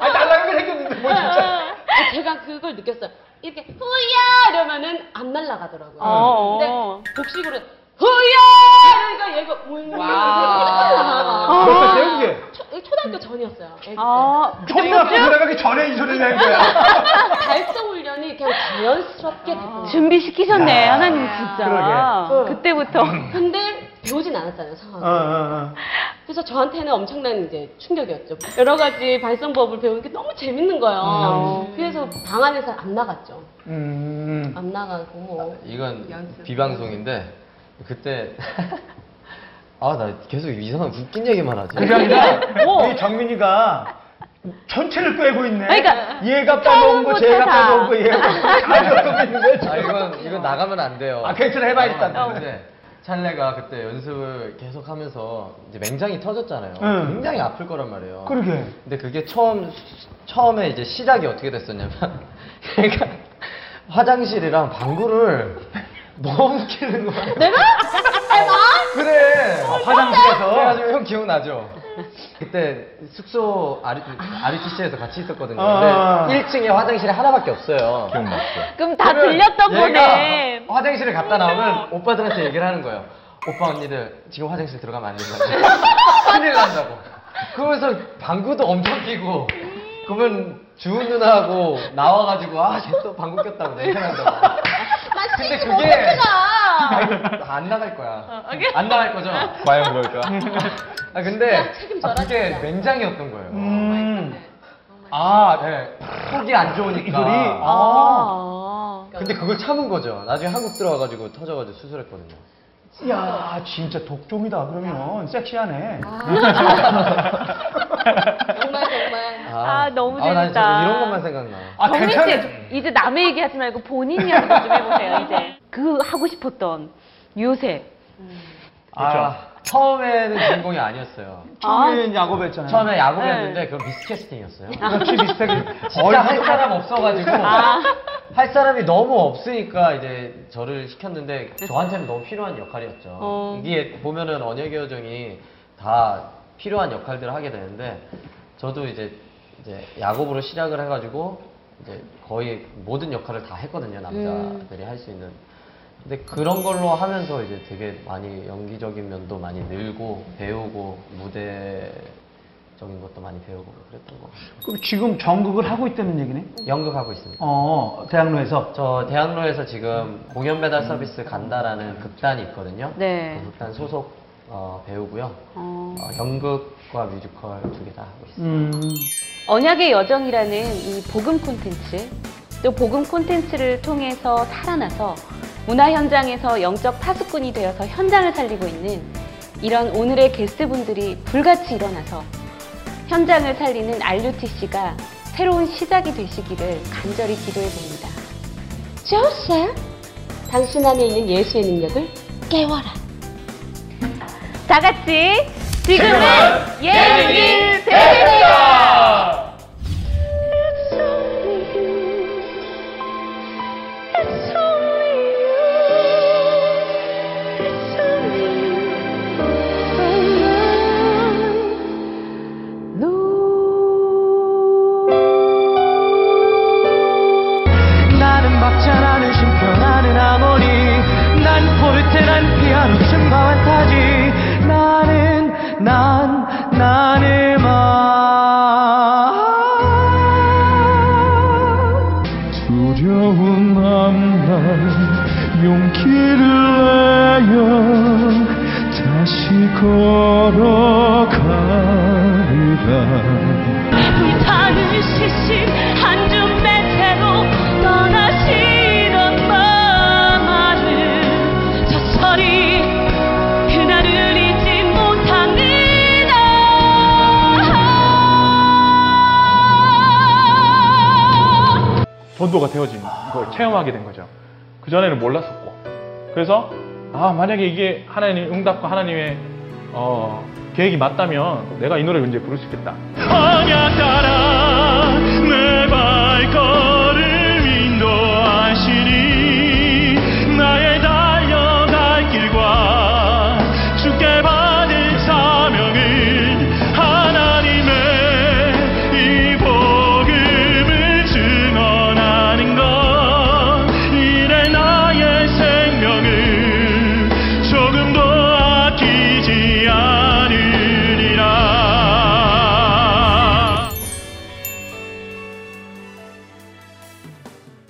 Speaker 1: 아, 날라간 게 생겼는데, 뭐 진짜.
Speaker 7: 아, 제가 그걸 느꼈어요. 이렇게 후야 아, 이러면은 안 날아가더라고요.
Speaker 2: 어,
Speaker 7: 근데
Speaker 2: 어.
Speaker 7: 복식으로 후야 그러니까 얘가 울면서 날아가.
Speaker 1: 그럴 때요, 그게?
Speaker 7: 초- 초등학교 전이었어요. 애기 때.
Speaker 2: 아,
Speaker 1: 초등학교 들어가기 전에 이 소리를 낸 거야.
Speaker 7: 발성 훈련이 그냥 자연스럽게 됐어요.
Speaker 2: 준비시키셨네, 하나님 진짜. 어.
Speaker 7: 그러게.
Speaker 2: 그때부터.
Speaker 7: 근데 배우진 않았잖아요
Speaker 1: 어,
Speaker 7: 상황.
Speaker 1: 어, 어.
Speaker 7: 그래서 저한테는 엄청난 이제 충격이었죠. 여러 가지 발성법을 배우는 게 너무 재밌는 거예요. 어, 그래서 방 안에서 안 나갔죠.
Speaker 1: 음.
Speaker 7: 안 나가고 뭐.
Speaker 6: 이건
Speaker 4: 연습.
Speaker 6: 비방송인데 그때 아 나 계속 이상한 웃긴 얘기만 하지.
Speaker 1: 그게
Speaker 2: 네?
Speaker 1: 아니라
Speaker 2: 뭐?
Speaker 1: 우리 정민이가 전체를 꿰고 있네.
Speaker 2: 그러니까
Speaker 1: 얘가 빼먹은 거,
Speaker 2: 처음부터
Speaker 1: 쟤가
Speaker 2: 다.
Speaker 1: 빼먹은 거, 얘가 빼먹은 거.
Speaker 6: 아 이건 이건 나가면 안 돼요.
Speaker 1: 아, 네. 괜찮아, 해봐, 일단.
Speaker 6: 나가면 안 되는데 찰레가 그때 연습을 계속하면서 이제 맹장이 터졌잖아요.
Speaker 1: 응.
Speaker 6: 굉장히 아플 거란 말이에요.
Speaker 1: 그러게.
Speaker 6: 근데 그게 처음 처음에 이제 시작이 어떻게 됐었냐면 얘가 화장실이랑 방구를 너무 끼는 거예요. 내가? 어, 그래.
Speaker 1: 아,
Speaker 6: 제가
Speaker 1: 화장실에서.
Speaker 6: 지금 형 기억나죠? 그때 숙소 아리, RCC에서 같이 있었거든요.
Speaker 1: 아.
Speaker 6: 근데 1층에 화장실이 하나밖에 없어요.
Speaker 3: 기억났어요.
Speaker 2: 그럼 다
Speaker 6: 그러면
Speaker 2: 들렸던
Speaker 6: 얘가
Speaker 2: 거네.
Speaker 6: 화장실을 갔다 나오면 오빠들한테 얘기를 하는 거예요. 오빠 언니들 지금 화장실 들어가면 안 된다고. 큰일 난다고. 그러면서 방구도 엄청 끼고 그러면 주은 누나하고 나와가지고 아 쟤 또 방구 꼈다고 냄새 난다고.
Speaker 7: 아,
Speaker 6: 근데 그게 안 나갈
Speaker 2: 어,
Speaker 6: 거야. 안 나갈 거죠?
Speaker 3: 과연 그럴까?
Speaker 6: 아 근데 아, 그게 맹장이었던 거예요.
Speaker 1: 음.
Speaker 6: 아, 네. 속이 안 좋으니까.
Speaker 1: 이 소리?
Speaker 6: 아.
Speaker 2: 아.
Speaker 6: 근데 그걸 참은 거죠. 나중에 한국 들어와가지고 터져가지고 수술했거든요.
Speaker 1: 야, 진짜 독종이다. 그러면 섹시하네.
Speaker 2: 아,
Speaker 7: 정말 정말.
Speaker 2: 아, 너무
Speaker 6: 아, 나
Speaker 2: 재밌다.
Speaker 6: 지금 이런 것만 생각나.
Speaker 1: 아,
Speaker 2: 정민
Speaker 1: 괜찮아.
Speaker 2: 씨, 이제 남의 얘기하지 말고 본인 이야기 좀 해보세요, 이제. 그 하고 싶었던 요새.
Speaker 6: 아, 처음에는 주인공이 아니었어요.
Speaker 1: 처음엔
Speaker 2: 네.
Speaker 1: 야구했잖아요.
Speaker 6: 처음에 야구를 했는데 그건 미스캐스팅이었어요.
Speaker 1: 혹시 비슷하게.
Speaker 6: 진짜 할 사람 없어가지고 할 사람이 너무 없으니까 이제 저를 시켰는데 저한테는 너무 필요한 역할이었죠.
Speaker 7: 어.
Speaker 6: 이게 보면은 언역여정이 다 필요한 역할들을 하게 되는데 저도 이제 이제 야곱으로 시작을 해가지고 이제 거의 모든 역할을 다 했거든요 남자들이 할 수 있는. 근데 그런 걸로 하면서 이제 되게 많이 연기적인 면도 많이 늘고 배우고 무대적인 것도 많이 배우고 그랬던 거. 같아요.
Speaker 1: 그럼 지금 전극을 하고 있다는 얘기네?
Speaker 6: 연극하고 있습니다.
Speaker 1: 어, 대학로에서.
Speaker 6: 저 대학로에서 지금 공연 배달 서비스 간다라는 극단이 있거든요.
Speaker 2: 네.
Speaker 6: 그 극단 소속 어, 배우고요. 어, 연극과 뮤지컬 두 개 다 하고 있어요.
Speaker 1: 음.
Speaker 2: 언약의 여정이라는 이 복음 콘텐츠, 또 복음 콘텐츠를 통해서 살아나서 문화 현장에서 영적 파수꾼이 되어서 현장을 살리고 있는 이런 오늘의 게스트분들이 불같이 일어나서 현장을 살리는 RUTC가 새로운 시작이 되시기를 간절히 기도해 봅니다.
Speaker 7: 조셉, 당신 안에 있는 예수의 능력을 깨워라.
Speaker 2: 다 같이 지금은 예능이 되세요!
Speaker 7: It's only you. It's only you. It's only you.
Speaker 1: 나는 막자라는 심평하는 하모니 난 포르테 난 피아노 춤바와 타지 나는 난 나는 마 두려운 밤날 용기를 내어 다시 걸어가리라
Speaker 7: 불타는 시신 한 줌의 채로 떠나시던 마마를 저설이 그날을 잊지 못합니다
Speaker 5: 전도가 되어진 걸 체험하게 된 거죠. 그 전에는 몰랐었고. 그래서 아 만약에 이게 하나님의 응답과 하나님의 어, 계획이 맞다면 내가 이 노래를 이제 부를 수 있겠다. 언약 따라 내 발걸음